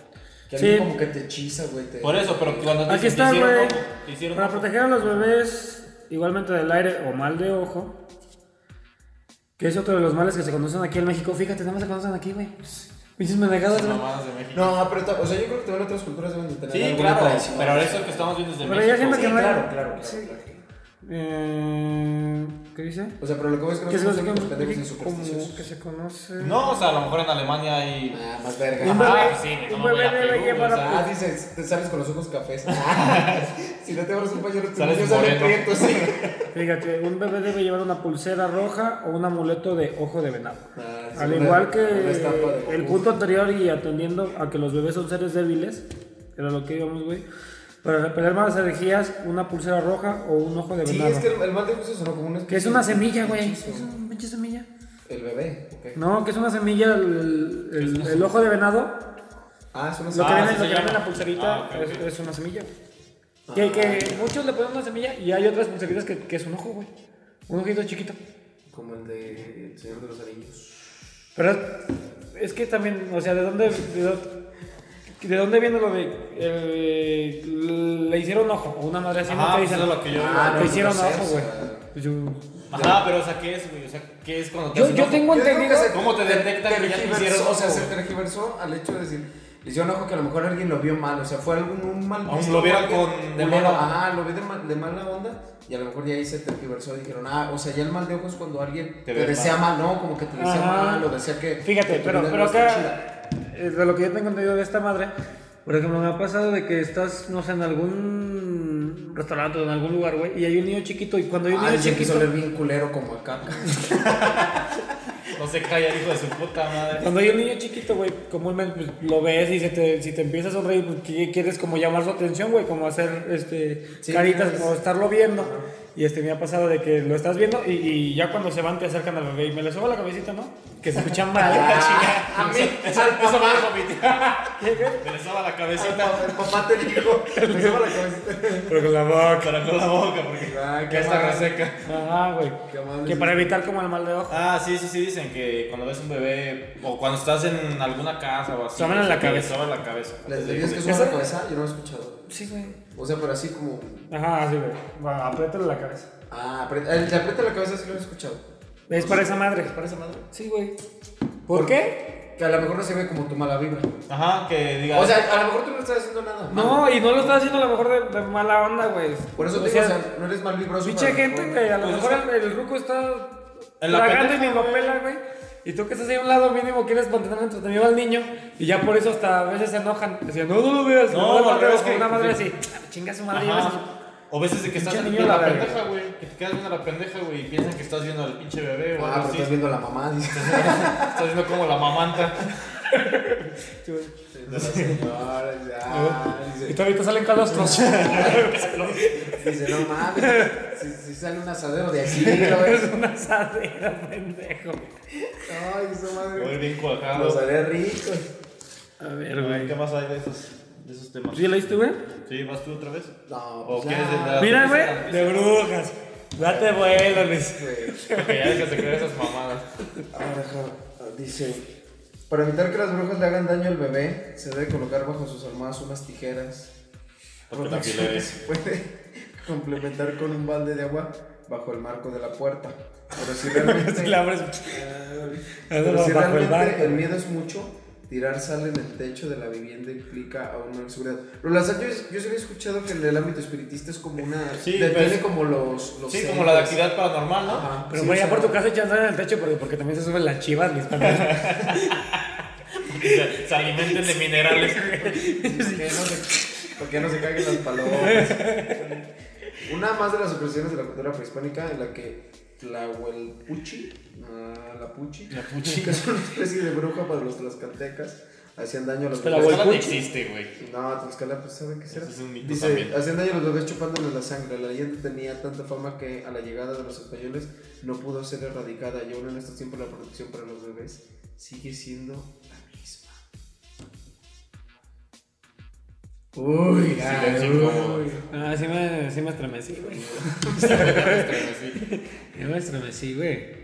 [SPEAKER 2] Que
[SPEAKER 3] Sí.
[SPEAKER 2] alguien como que te hechiza, güey. te-
[SPEAKER 1] Por eso, pero cuando te
[SPEAKER 3] Aquí
[SPEAKER 1] dicen,
[SPEAKER 3] está,
[SPEAKER 1] te hicieron
[SPEAKER 3] güey.
[SPEAKER 1] ojo, te hicieron
[SPEAKER 3] Para
[SPEAKER 1] ojo.
[SPEAKER 3] proteger a los bebés, igualmente del aire o mal de ojo. Que es otro de los males que se conocen aquí en México. Fíjate, nada más se conocen aquí, güey. Pinches manejadas,
[SPEAKER 1] Las
[SPEAKER 3] güey.
[SPEAKER 1] mamadas de México.
[SPEAKER 2] No, pero ta- o sea, yo creo que también otras culturas deben de tener.
[SPEAKER 1] Sí,
[SPEAKER 2] alguna
[SPEAKER 1] claro.
[SPEAKER 2] tradición.
[SPEAKER 1] Pero eso que estamos viendo desde
[SPEAKER 3] Pero ya
[SPEAKER 1] México.
[SPEAKER 3] siempre
[SPEAKER 2] Sí,
[SPEAKER 3] que no hay-
[SPEAKER 2] claro, claro, claro,
[SPEAKER 3] Sí.
[SPEAKER 2] claro.
[SPEAKER 3] Eh, ¿Qué dice?
[SPEAKER 2] O sea, pero lo que voy es que
[SPEAKER 3] Que se
[SPEAKER 2] nosotros
[SPEAKER 3] conoce
[SPEAKER 2] somos
[SPEAKER 3] como
[SPEAKER 2] pendejos y
[SPEAKER 3] como que
[SPEAKER 2] supersticiosos.
[SPEAKER 3] se conoce.
[SPEAKER 1] No, o sea, a lo mejor en Alemania hay...
[SPEAKER 2] Ah, más
[SPEAKER 3] Un
[SPEAKER 2] verga.
[SPEAKER 3] bebé-
[SPEAKER 1] Ah, sí, no
[SPEAKER 3] un
[SPEAKER 1] me voy
[SPEAKER 3] bebé
[SPEAKER 1] a
[SPEAKER 3] debe
[SPEAKER 1] Perú,
[SPEAKER 3] llevar
[SPEAKER 1] o
[SPEAKER 3] a-
[SPEAKER 1] sea,
[SPEAKER 2] Ah, dices, te sales con los ojos cafés. si no te abres un pañuelo,
[SPEAKER 1] Sales
[SPEAKER 2] te sale
[SPEAKER 1] moreno.
[SPEAKER 2] prieto, sí.
[SPEAKER 3] Fíjate, un bebé debe llevar una pulsera roja o un amuleto de ojo de venado.
[SPEAKER 2] Ah, sí,
[SPEAKER 3] Al
[SPEAKER 2] una-
[SPEAKER 3] igual que
[SPEAKER 2] una estampa de
[SPEAKER 3] el
[SPEAKER 2] Goku.
[SPEAKER 3] punto anterior y atendiendo a que los bebés son seres débiles, era lo que íbamos, güey. Para repeler malas herejías, una pulsera roja o un ojo de
[SPEAKER 2] Sí,
[SPEAKER 3] venado.
[SPEAKER 2] es que el, el mal de ojo se sonó como una
[SPEAKER 3] Que es
[SPEAKER 2] especie
[SPEAKER 3] una
[SPEAKER 2] de
[SPEAKER 3] semilla, güey.
[SPEAKER 2] hechizo.
[SPEAKER 3] Es una pinche semilla.
[SPEAKER 2] El bebé, ok.
[SPEAKER 3] No, que es una semilla, el, el- el ojo de venado.
[SPEAKER 2] Ah, es una
[SPEAKER 3] Lo que
[SPEAKER 1] Ah,
[SPEAKER 2] semilla.
[SPEAKER 3] viene, lo
[SPEAKER 1] sí se
[SPEAKER 3] que viene en
[SPEAKER 1] llama.
[SPEAKER 3] la pulserita
[SPEAKER 1] Ah, ok,
[SPEAKER 3] es,
[SPEAKER 1] ok. Ah.
[SPEAKER 3] es una semilla. Que, que muchos le ponen una semilla y hay otras pulseritas que, que es un ojo, güey. Un ojito chiquito.
[SPEAKER 2] Como el de El Señor de los Anillos.
[SPEAKER 3] Pero es que también, o sea, ¿de dónde, de, dó- de dónde viene lo de eh, le hicieron ojo? Una madre así
[SPEAKER 1] Ajá,
[SPEAKER 3] no te
[SPEAKER 1] pues
[SPEAKER 3] dicen
[SPEAKER 1] es lo que yo-
[SPEAKER 2] Ah, no,
[SPEAKER 3] te hicieron
[SPEAKER 2] no sé,
[SPEAKER 3] ojo,
[SPEAKER 2] o
[SPEAKER 3] güey.
[SPEAKER 2] sea.
[SPEAKER 3] Pues yo,
[SPEAKER 1] Ajá, pero o sea, ¿qué es, güey? O sea, ¿qué es cuando te
[SPEAKER 3] yo,
[SPEAKER 1] hacen
[SPEAKER 3] yo
[SPEAKER 1] ojo?
[SPEAKER 3] tengo
[SPEAKER 2] Yo digo
[SPEAKER 3] entendido.
[SPEAKER 2] que se-
[SPEAKER 1] ¿Cómo te detectan que ya te
[SPEAKER 2] tergiversó,
[SPEAKER 1] hicieron
[SPEAKER 2] O sea,
[SPEAKER 1] ojo?
[SPEAKER 2] se tergiversó al hecho de decir, le hicieron ojo que a lo mejor alguien lo vio mal, o sea, fue algún un mal
[SPEAKER 1] Aún
[SPEAKER 2] visto,
[SPEAKER 1] lo vieron
[SPEAKER 2] alguien
[SPEAKER 1] con- de
[SPEAKER 2] culero,
[SPEAKER 1] mala-
[SPEAKER 2] Ajá, lo vi de, mal- de mala onda y a lo mejor ya ahí se tergiversó. Dijeron, ah, o sea, ya el mal de ojo es cuando alguien
[SPEAKER 1] Te
[SPEAKER 2] te,
[SPEAKER 1] ve
[SPEAKER 2] desea mal. ¿no? Como que te desea
[SPEAKER 3] Ajá.
[SPEAKER 2] mal o desea que. que
[SPEAKER 3] Fíjate,
[SPEAKER 2] Pues tu
[SPEAKER 3] pero,
[SPEAKER 2] vida
[SPEAKER 3] pero
[SPEAKER 2] no esté chida.
[SPEAKER 3] acá, eh, de lo que yo tengo entendido de esta madre, por ejemplo, me ha pasado de que estás, no sé, en algún restaurante o en algún lugar, güey, y hay un niño chiquito, y cuando hay un
[SPEAKER 2] Ah,
[SPEAKER 3] niño
[SPEAKER 2] dicen que
[SPEAKER 3] chiquito,
[SPEAKER 2] suele bien culero como acá.
[SPEAKER 1] No se calla, hijo de su puta madre.
[SPEAKER 3] Cuando hay un niño chiquito, güey, comúnmente pues, lo ves y se te, si te empieza a sonreír, pues, qui- quieres como llamar su atención, güey, como hacer este,
[SPEAKER 2] Sí,
[SPEAKER 3] caritas,
[SPEAKER 2] es-
[SPEAKER 3] como estarlo viendo. Y este me ha pasado de que lo estás viendo y, y ya cuando se van te acercan al bebé y me le subo la cabecita, ¿no? Que se escucha
[SPEAKER 2] Ah,
[SPEAKER 3] mal.
[SPEAKER 2] a mí,
[SPEAKER 1] Eso,
[SPEAKER 2] al
[SPEAKER 1] eso me
[SPEAKER 2] papá.
[SPEAKER 1] dijo mi tía. Me le soba la cabecita,
[SPEAKER 2] El papá te dijo, me lleva la cabecita.
[SPEAKER 3] Pero con la boca.
[SPEAKER 1] pero con la boca, porque
[SPEAKER 2] Ah, qué
[SPEAKER 1] ya está
[SPEAKER 2] mal.
[SPEAKER 1] reseca.
[SPEAKER 3] Ajá, güey.
[SPEAKER 2] Qué amable
[SPEAKER 3] Que
[SPEAKER 2] es
[SPEAKER 3] para evitar como el mal de ojo.
[SPEAKER 1] Ah, sí, sí, sí, dicen que cuando ves un bebé o cuando estás en alguna casa o así.
[SPEAKER 3] Soban en la
[SPEAKER 1] que te
[SPEAKER 3] cabeza.
[SPEAKER 1] soban la cabeza.
[SPEAKER 2] Les dirías que suena la cabeza, yo no lo he escuchado.
[SPEAKER 3] Sí, güey.
[SPEAKER 2] O sea, pero así como.
[SPEAKER 3] Ajá, sí, güey. Bueno, apriétale la cabeza.
[SPEAKER 2] Ah, apre- el de aprieta la cabeza sí lo he escuchado.
[SPEAKER 3] Es para esa madre.
[SPEAKER 2] ¿Para esa madre?
[SPEAKER 3] Sí, güey. ¿Por qué?
[SPEAKER 2] Que a lo mejor no se ve como tu mala vibra.
[SPEAKER 1] Ajá, que diga.
[SPEAKER 2] O sea, a lo mejor tú no estás haciendo nada. malo.
[SPEAKER 3] No, y no lo estás haciendo a lo mejor de, de mala onda, güey.
[SPEAKER 2] Por eso
[SPEAKER 3] O
[SPEAKER 2] te digo, o
[SPEAKER 3] sea,
[SPEAKER 2] sea, no eres mal vibroso.
[SPEAKER 3] Pinche
[SPEAKER 2] pero a lo
[SPEAKER 3] gente,
[SPEAKER 2] mejor-
[SPEAKER 3] güey. A lo
[SPEAKER 1] Pues
[SPEAKER 3] mejor
[SPEAKER 1] es
[SPEAKER 3] el, el ruco está
[SPEAKER 1] En la
[SPEAKER 3] tragando y
[SPEAKER 1] pendeja,
[SPEAKER 3] ni lo pela, güey. Y tú que estás ahí a un lado mínimo quieres mantener entretenido al niño. Y ya por eso hasta a veces se enojan. Decían, no, no lo veas.
[SPEAKER 1] No,
[SPEAKER 3] no,
[SPEAKER 1] porque
[SPEAKER 3] veas
[SPEAKER 1] es que-
[SPEAKER 3] una madre así. "Ah, Chinga su madre.
[SPEAKER 1] Ajá.
[SPEAKER 3] llévese".
[SPEAKER 1] O veces de que estás
[SPEAKER 3] Pinche
[SPEAKER 1] viendo
[SPEAKER 3] niño
[SPEAKER 1] la
[SPEAKER 3] la verga.
[SPEAKER 1] pendeja, güey. Que te quedas viendo la pendeja, güey, y piensan que estás viendo al pinche bebé o
[SPEAKER 2] Ah,
[SPEAKER 1] algo
[SPEAKER 2] pero
[SPEAKER 1] así.
[SPEAKER 2] estás viendo a la mamá. dice.
[SPEAKER 1] Estás viendo como la mamanta.
[SPEAKER 2] Viendo a la señora, dice, ah,
[SPEAKER 3] Y
[SPEAKER 2] dice-
[SPEAKER 3] todavía salen calostros.
[SPEAKER 2] Dice, no mames. Si, si sale un asadero de así, lo ves.
[SPEAKER 3] es una asadera, pendejo.
[SPEAKER 2] Ay, esa
[SPEAKER 1] Muy
[SPEAKER 2] madre.
[SPEAKER 1] bien
[SPEAKER 2] Los
[SPEAKER 1] cuajado.
[SPEAKER 2] haré ricos.
[SPEAKER 3] A ver,
[SPEAKER 1] ¿Qué más hay de esos, de esos temas?
[SPEAKER 3] ¿Sí leíste, güey?
[SPEAKER 1] Sí, vas tú otra vez.
[SPEAKER 2] No,
[SPEAKER 1] ¿O
[SPEAKER 2] pues
[SPEAKER 1] quieres
[SPEAKER 2] ya.
[SPEAKER 1] de la-
[SPEAKER 3] Mira,
[SPEAKER 1] de la-
[SPEAKER 3] güey. De brujas. Date vuelo, Luis.
[SPEAKER 2] Güey.
[SPEAKER 1] Que ya dejas de creer esas mamadas.
[SPEAKER 2] Ahora, ja, dice. Para evitar que las brujas le hagan daño al bebé, se debe colocar bajo sus armadas unas tijeras.
[SPEAKER 1] Porque la
[SPEAKER 2] Protección que
[SPEAKER 1] alfileres.
[SPEAKER 2] se puede complementar con un balde de agua bajo el marco de la puerta. Pero si realmente,
[SPEAKER 3] Si la abres.
[SPEAKER 2] pero
[SPEAKER 3] Bajo
[SPEAKER 2] si
[SPEAKER 3] el
[SPEAKER 2] realmente
[SPEAKER 3] barco.
[SPEAKER 2] el miedo es mucho, tirar sal en el techo de la vivienda implica a una seguridad. Pero la sal, yo, yo sí había escuchado que en el ámbito espiritista es como una.
[SPEAKER 1] Sí,
[SPEAKER 2] detiene
[SPEAKER 1] pues,
[SPEAKER 2] como los. los
[SPEAKER 1] Sí, como la de
[SPEAKER 2] entes.
[SPEAKER 1] actividad paranormal, ¿no?
[SPEAKER 2] pues. Ajá,
[SPEAKER 3] Pero
[SPEAKER 2] sí,
[SPEAKER 3] güey,
[SPEAKER 2] o
[SPEAKER 3] ya
[SPEAKER 2] sea,
[SPEAKER 3] por tu casa echan sal en el techo porque, porque también se suben las chivas, mis panas.
[SPEAKER 1] Se, se alimenten de minerales.
[SPEAKER 2] ¿Por qué no se, por qué no se caguen las palomas? Una más de las expresiones de la cultura prehispánica en la que Tlahuelpuchi, ah, la puchi,
[SPEAKER 1] La puchi.
[SPEAKER 2] que es una especie de bruja para los tlaxcaltecas, hacían daño a los
[SPEAKER 1] La
[SPEAKER 2] bebés.
[SPEAKER 1] huelga no existe, güey.
[SPEAKER 2] No, Tlaxcala, pues sabe qué será.
[SPEAKER 1] Ese es un mito
[SPEAKER 2] Dice,
[SPEAKER 1] también.
[SPEAKER 2] hacían daño a los bebés chupándole la sangre. La leyenda tenía tanta fama que a la llegada de los españoles no pudo ser erradicada y aún en estos tiempos la protección para los bebés sigue siendo la misma. Uy, ay,
[SPEAKER 1] Silencio incómodo.
[SPEAKER 2] uy.
[SPEAKER 3] Ah, sí me, sí me estremecí, güey.
[SPEAKER 1] Sí.
[SPEAKER 3] Yo me estremecí, güey.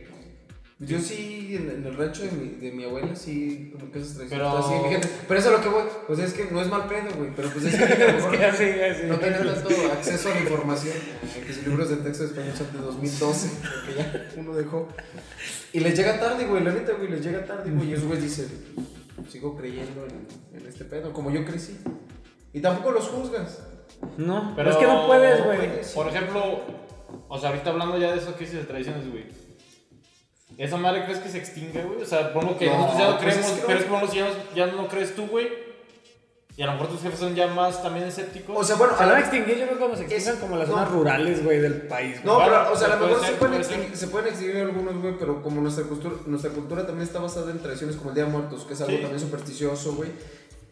[SPEAKER 2] Yo sí, en, en el rancho de mi, de mi abuela, sí, como que esas tradiciones.
[SPEAKER 1] Pero-
[SPEAKER 2] Pero... Así, fíjate, pero eso es lo que voy. Pues es que no es mal pedo, güey. Pero pues es que, a lo mejor
[SPEAKER 3] Así, así.
[SPEAKER 2] No tienen tanto acceso a la información. eh, Que sus libros de texto de español son de 2012, porque ya uno dejó. Y les llega tarde, güey, la neta, güey, les llega tarde, güey. Y esos güeyes dicen, sigo creyendo en, en este pedo, como yo crecí. Y tampoco los juzgas.
[SPEAKER 3] No,
[SPEAKER 1] Pero
[SPEAKER 3] es que no puedes, güey.
[SPEAKER 1] Por ejemplo, o sea, ahorita hablando ya de eso que dices de tradiciones, güey. ¿Esa madre crees que se extingue, güey? O sea, pongo que
[SPEAKER 2] No,
[SPEAKER 1] nosotros ya no
[SPEAKER 2] pues
[SPEAKER 1] creemos,
[SPEAKER 2] es que no.
[SPEAKER 1] pero es que pongo si ya no, ya no crees tú, güey. Y a lo mejor tus jefes son ya más también escépticos.
[SPEAKER 2] O sea, bueno,
[SPEAKER 3] Se
[SPEAKER 2] a
[SPEAKER 3] la van a
[SPEAKER 2] la,
[SPEAKER 3] extinguir, yo creo que como se extingan
[SPEAKER 2] Es-
[SPEAKER 3] como las
[SPEAKER 2] no.
[SPEAKER 3] zonas rurales, güey, del país.
[SPEAKER 2] no,
[SPEAKER 1] Bueno,
[SPEAKER 2] pero, o sea, a lo
[SPEAKER 1] puede
[SPEAKER 2] mejor
[SPEAKER 1] ser,
[SPEAKER 2] se, pueden
[SPEAKER 1] puede ser.
[SPEAKER 2] extinguir, se pueden extinguir algunos, güey, pero como nuestra cultura, nuestra cultura también está basada en tradiciones como el Día de Muertos, que es algo
[SPEAKER 1] Sí.
[SPEAKER 2] también supersticioso, güey.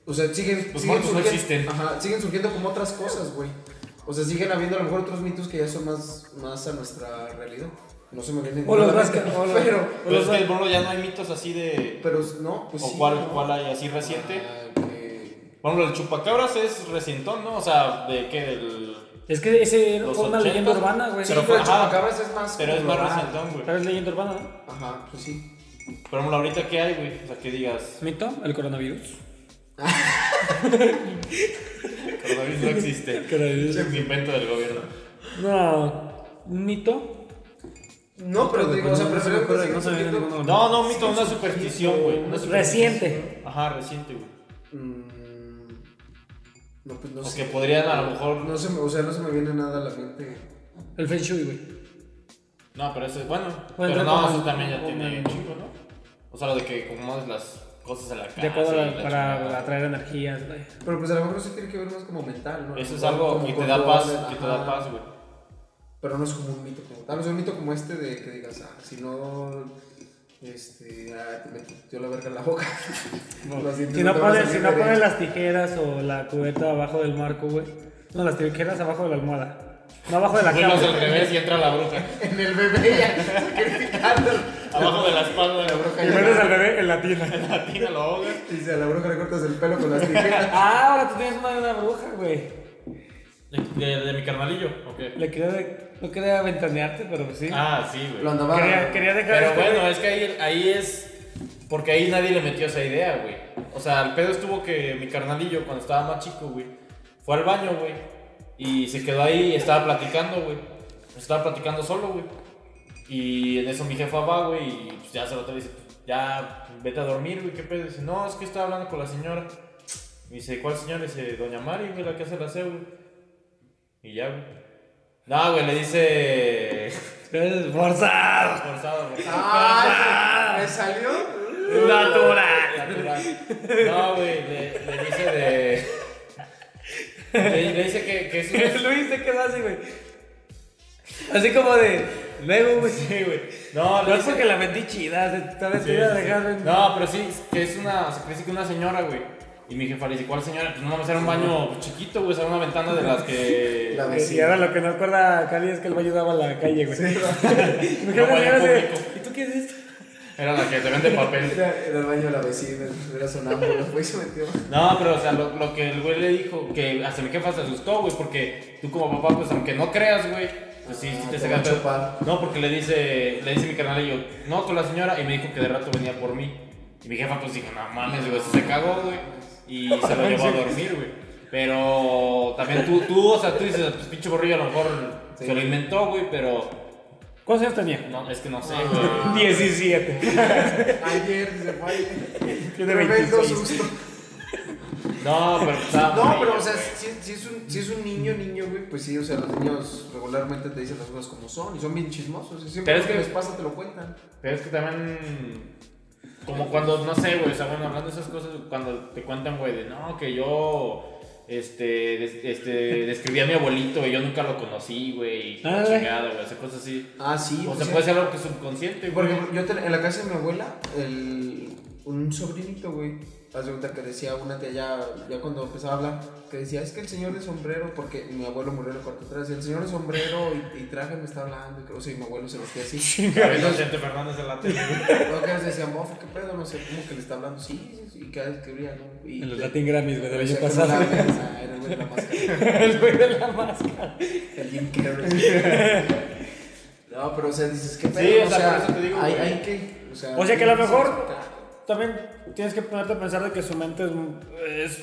[SPEAKER 2] O sea, siguen,
[SPEAKER 1] Los
[SPEAKER 2] siguen
[SPEAKER 1] muertos no existen.
[SPEAKER 2] Ajá, siguen surgiendo como otras cosas, güey. O sea, siguen habiendo a lo mejor otros mitos que ya son más, más a nuestra realidad. No se me viene
[SPEAKER 3] O los
[SPEAKER 2] nada,
[SPEAKER 3] vasca- o los-
[SPEAKER 2] Pero,
[SPEAKER 1] pero es que, por ejemplo, ya no hay mitos así de.
[SPEAKER 2] pero no, pues
[SPEAKER 1] o
[SPEAKER 2] sí.
[SPEAKER 1] cuál,
[SPEAKER 2] ¿no?
[SPEAKER 1] cuál hay así reciente.
[SPEAKER 2] Ah, que-
[SPEAKER 1] Por ejemplo, el chupacabras es recientón, ¿no? O sea, ¿de qué? Del.
[SPEAKER 3] Es que ese era
[SPEAKER 1] Los
[SPEAKER 3] una
[SPEAKER 1] 80.
[SPEAKER 3] leyenda urbana, güey.
[SPEAKER 2] Sí,
[SPEAKER 1] Pero
[SPEAKER 2] pero, el
[SPEAKER 1] fue- ajá.
[SPEAKER 2] chupacabras es más.
[SPEAKER 1] Pero es
[SPEAKER 2] como
[SPEAKER 1] más
[SPEAKER 2] normal.
[SPEAKER 1] recientón, güey.
[SPEAKER 3] ¿Sabes leyenda urbana? no?
[SPEAKER 2] Ajá, pues sí.
[SPEAKER 1] Por ejemplo, ahorita qué hay, güey. O sea, que digas.
[SPEAKER 3] ¿Mito? ¿El coronavirus?
[SPEAKER 1] Coronavirus no existe.
[SPEAKER 3] Coronavirus.
[SPEAKER 1] Es un invento del gobierno.
[SPEAKER 3] No. ¿Un mito?
[SPEAKER 2] No, pero te digo, o sea,
[SPEAKER 3] no se me
[SPEAKER 2] prefiero
[SPEAKER 3] ocurre,
[SPEAKER 2] que
[SPEAKER 3] no se me viene
[SPEAKER 2] sigan surgiendo-
[SPEAKER 3] ninguno.
[SPEAKER 1] No, no, mito, una superstición, güey. Una superstición.
[SPEAKER 3] Reciente.
[SPEAKER 1] Ajá, reciente, güey.
[SPEAKER 2] Mm, No, pues no
[SPEAKER 1] O
[SPEAKER 2] sé.
[SPEAKER 1] que podrían a lo mejor.
[SPEAKER 2] No se me, o sea, no se me viene nada a la mente.
[SPEAKER 3] El Feng Shui, güey.
[SPEAKER 1] No, pero eso es bueno.
[SPEAKER 3] yo
[SPEAKER 1] pero no,
[SPEAKER 3] como-
[SPEAKER 1] eso también ya
[SPEAKER 3] como-
[SPEAKER 1] tiene un chingo, ¿no? O sea, lo de que acomodes las cosas en la casa.
[SPEAKER 3] De acuerdo
[SPEAKER 1] y
[SPEAKER 3] a-
[SPEAKER 1] la
[SPEAKER 3] para,
[SPEAKER 1] chingada.
[SPEAKER 3] atraer energías, güey.
[SPEAKER 2] Pero pues a lo mejor sí tiene que ver más como mental, ¿no?
[SPEAKER 1] Eso es
[SPEAKER 2] Como-
[SPEAKER 1] algo
[SPEAKER 2] como
[SPEAKER 1] que te da
[SPEAKER 2] control,
[SPEAKER 1] paz, que te da
[SPEAKER 2] ajá.
[SPEAKER 1] paz, güey.
[SPEAKER 2] Pero no es como un mito como tal. Es un mito como este de que digas, ah, si no. Este. Ah, te metió la verga en la boca. Lo siento,
[SPEAKER 3] Si no
[SPEAKER 2] te van a
[SPEAKER 3] pones, si
[SPEAKER 2] salir
[SPEAKER 3] no
[SPEAKER 2] derecho.
[SPEAKER 3] pones las tijeras o la cubeta abajo del marco, güey. No, las tijeras abajo de la almohada. No abajo de la
[SPEAKER 1] Vuelos
[SPEAKER 3] cama.
[SPEAKER 1] al revés y entra la bruja.
[SPEAKER 2] En el bebé ya, sacrificando.
[SPEAKER 1] Abajo de la espalda de la bruja.
[SPEAKER 2] bruja
[SPEAKER 3] Y vuelves al bebé en la tina.
[SPEAKER 1] Latina lo ahogas.
[SPEAKER 2] Dice, a la bruja le cortas el pelo con las tijeras.
[SPEAKER 3] Ah, ahora tú tienes una de una bruja, güey.
[SPEAKER 1] De, de- de mi carnalillo, ok.
[SPEAKER 3] Le quería, de- no quería ventanearte, pero pues sí.
[SPEAKER 1] Ah, sí,
[SPEAKER 2] Lo
[SPEAKER 1] güey.
[SPEAKER 2] andaba.
[SPEAKER 3] quería, quería dejar.
[SPEAKER 1] Pero
[SPEAKER 3] este-
[SPEAKER 1] bueno, es que ahí, ahí es. Porque ahí nadie le metió esa idea, güey. O sea, el pedo estuvo que mi carnalillo, cuando estaba más chico, güey, fue al baño, güey. Y se quedó ahí y estaba platicando, güey. Estaba platicando solo, güey. Y en eso mi jefa va, güey, y pues, ya se lo dice, ya vete a dormir, güey, qué pedo. Dice, no, es que estaba hablando con la señora. Y dice, ¿cuál señora? Dice, Doña Mari, güey, la que hace el aseo, güey. Y ya, güey. No, güey, le dice.
[SPEAKER 3] Es forzado.
[SPEAKER 1] Forzado, güey.
[SPEAKER 2] Ah, ¡Ay! ¿Me salió?
[SPEAKER 3] Natural.
[SPEAKER 1] Natural. No, güey, le, le dice de. Le, le dice que, que es un-
[SPEAKER 3] Luis se quedó así, güey. Así como de. Luego, güey.
[SPEAKER 1] Sí, güey. No,
[SPEAKER 3] No
[SPEAKER 1] le
[SPEAKER 3] es
[SPEAKER 1] dice.
[SPEAKER 3] porque la vendí chida, se está
[SPEAKER 1] Sí,
[SPEAKER 3] vestida
[SPEAKER 1] sí,
[SPEAKER 3] de
[SPEAKER 1] sí.
[SPEAKER 3] Harry.
[SPEAKER 1] No, pero sí, que es una. Se dice que una señora, güey. Y mi jefa le dice, ¿cuál señora? Pues no vamos a hacer un baño chiquito, güey, o sea, una ventana de las que.
[SPEAKER 2] La
[SPEAKER 3] Eh, Y
[SPEAKER 2] vecina.
[SPEAKER 3] ahora lo que no acuerda Cali es que el baño daba a la calle, güey. Me
[SPEAKER 1] No
[SPEAKER 3] quedo
[SPEAKER 1] baño
[SPEAKER 3] así, de,
[SPEAKER 1] público.
[SPEAKER 3] ¿Y tú qué es esto?
[SPEAKER 1] Era la que te vende papel.
[SPEAKER 2] Era, era el baño de la vecina, era sonámbulo, fue y se metió.
[SPEAKER 1] No, pero o sea, lo, lo que el güey le dijo, que hasta mi jefa se asustó, güey, porque tú como papá, pues aunque no creas, güey, pues sí, sí
[SPEAKER 2] Ah,
[SPEAKER 1] te
[SPEAKER 2] te
[SPEAKER 1] saca
[SPEAKER 2] va a
[SPEAKER 1] pedo.
[SPEAKER 2] chupar.
[SPEAKER 1] No, porque le dice, le dice mi canal y yo, no, con la señora, y me dijo que de rato venía por mí. Y mi jefa pues dijo, no mames, digo, esto se cagó, güey. Y se lo llevó a dormir, güey. Pero también tú, tú, o sea, tú dices, pues pinche borrillo a lo mejor se lo inventó, güey, pero
[SPEAKER 3] ¿Cuántos años tenía?
[SPEAKER 1] no, es que no sé, güey.
[SPEAKER 3] 17.
[SPEAKER 2] Ayer se fue ahí.
[SPEAKER 3] Yo de
[SPEAKER 2] Tremendo
[SPEAKER 3] 26.
[SPEAKER 2] susto.
[SPEAKER 1] No, pero pues, estaba
[SPEAKER 2] No, pero
[SPEAKER 1] morrillo,
[SPEAKER 2] o sea,
[SPEAKER 1] güey.
[SPEAKER 2] si, si es un, si es un niño, niño, güey, pues sí, o sea, los niños regularmente te dicen las cosas como son y son bien chismosos. Y siempre
[SPEAKER 1] Pero
[SPEAKER 2] lo
[SPEAKER 1] es
[SPEAKER 2] que
[SPEAKER 1] que-
[SPEAKER 2] les pasa te lo cuentan.
[SPEAKER 1] Pero es que también. Como cuando, no sé, güey, o sea, bueno, hablando de esas cosas, cuando te cuentan, güey, de no, que yo. Este, des- este, describí a mi abuelito, güey, yo nunca lo conocí, güey, y la
[SPEAKER 3] Ah, güey.
[SPEAKER 1] chingada, güey, o sea, cosas así.
[SPEAKER 2] Ah, sí.
[SPEAKER 1] O
[SPEAKER 2] pues,
[SPEAKER 1] sea,
[SPEAKER 2] sí.
[SPEAKER 1] puede ser algo que es subconsciente,
[SPEAKER 2] Por
[SPEAKER 1] güey.
[SPEAKER 2] ejemplo, yo ten- en la casa de mi abuela, el- un sobrinito, güey, haz de cuenta que decía una tía ya, ya cuando empezaba a hablar, que decía, es que el señor de sombrero, porque mi abuelo murió en el cuarto atrás, y el señor de sombrero y, y traje me está hablando, y creo, o sea, y mi abuelo se vestía así.
[SPEAKER 1] A veces Vicente Fernández de la tele, güey.
[SPEAKER 2] Luego que decían, bofo, qué pedo, no sé, cómo que le está hablando, sí, sí, sí, y cada vez que brilla, ¿no? Y,
[SPEAKER 3] En los Latin Grammys, güey, del año
[SPEAKER 2] Decía que
[SPEAKER 3] pasado.
[SPEAKER 2] no la veas, ah, era el güey de la máscara.
[SPEAKER 3] El güey de la máscara.
[SPEAKER 2] El Jim Carrey. No, pero o sea, dices, qué pedo,
[SPEAKER 1] Sí, o sea, por eso te digo,
[SPEAKER 2] hay,
[SPEAKER 1] güey.
[SPEAKER 2] hay que, o sea,
[SPEAKER 3] O sea, que a lo
[SPEAKER 2] tienes
[SPEAKER 3] mejor-
[SPEAKER 2] que-
[SPEAKER 3] También tienes que ponerte a pensar de que su mente es, mu- es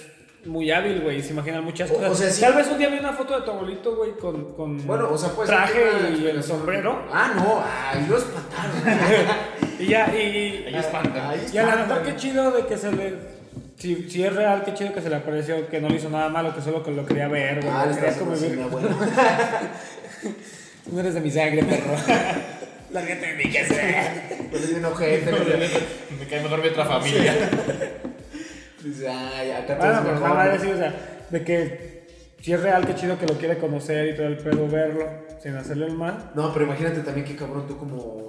[SPEAKER 3] muy hábil, güey. y Se imaginan muchas
[SPEAKER 2] O-
[SPEAKER 3] cosas.
[SPEAKER 2] o sea, sí.
[SPEAKER 3] Tal vez un día vi una foto de tu abuelito, güey, con, con
[SPEAKER 2] Bueno, o sea, pues.
[SPEAKER 3] traje
[SPEAKER 2] tiene
[SPEAKER 3] y
[SPEAKER 2] una
[SPEAKER 3] el
[SPEAKER 2] explicación.
[SPEAKER 3] sombrero.
[SPEAKER 2] Ah, no, ahí lo espantaron.
[SPEAKER 3] Y ya, y,
[SPEAKER 1] Ahí espanta.
[SPEAKER 2] Ahí
[SPEAKER 3] y a lo
[SPEAKER 2] espantan.
[SPEAKER 3] mejor qué chido de que se le... Si, si es real, qué chido que se le apareció, que no le hizo nada malo, que solo que lo quería ver, güey.
[SPEAKER 2] Ah,
[SPEAKER 3] lo
[SPEAKER 2] le
[SPEAKER 3] quería
[SPEAKER 2] estás conociendo,
[SPEAKER 3] convivir.
[SPEAKER 2] mi abuelo.
[SPEAKER 3] Tú No eres de mi sangre, perro. Lárgate de mi casa.
[SPEAKER 2] Pero tiene Pues un ojete. le-
[SPEAKER 1] Me cae mejor mi otra familia.
[SPEAKER 2] Dice, ay, acá te
[SPEAKER 3] Bueno,
[SPEAKER 2] ves
[SPEAKER 3] pero pues,
[SPEAKER 2] mejor,
[SPEAKER 3] nada más
[SPEAKER 2] güey.
[SPEAKER 3] decir, o sea, de que si es real, qué chido que lo quiere conocer y todo el pedo, verlo, sin hacerle el mal.
[SPEAKER 2] No, pero imagínate también qué cabrón tú como.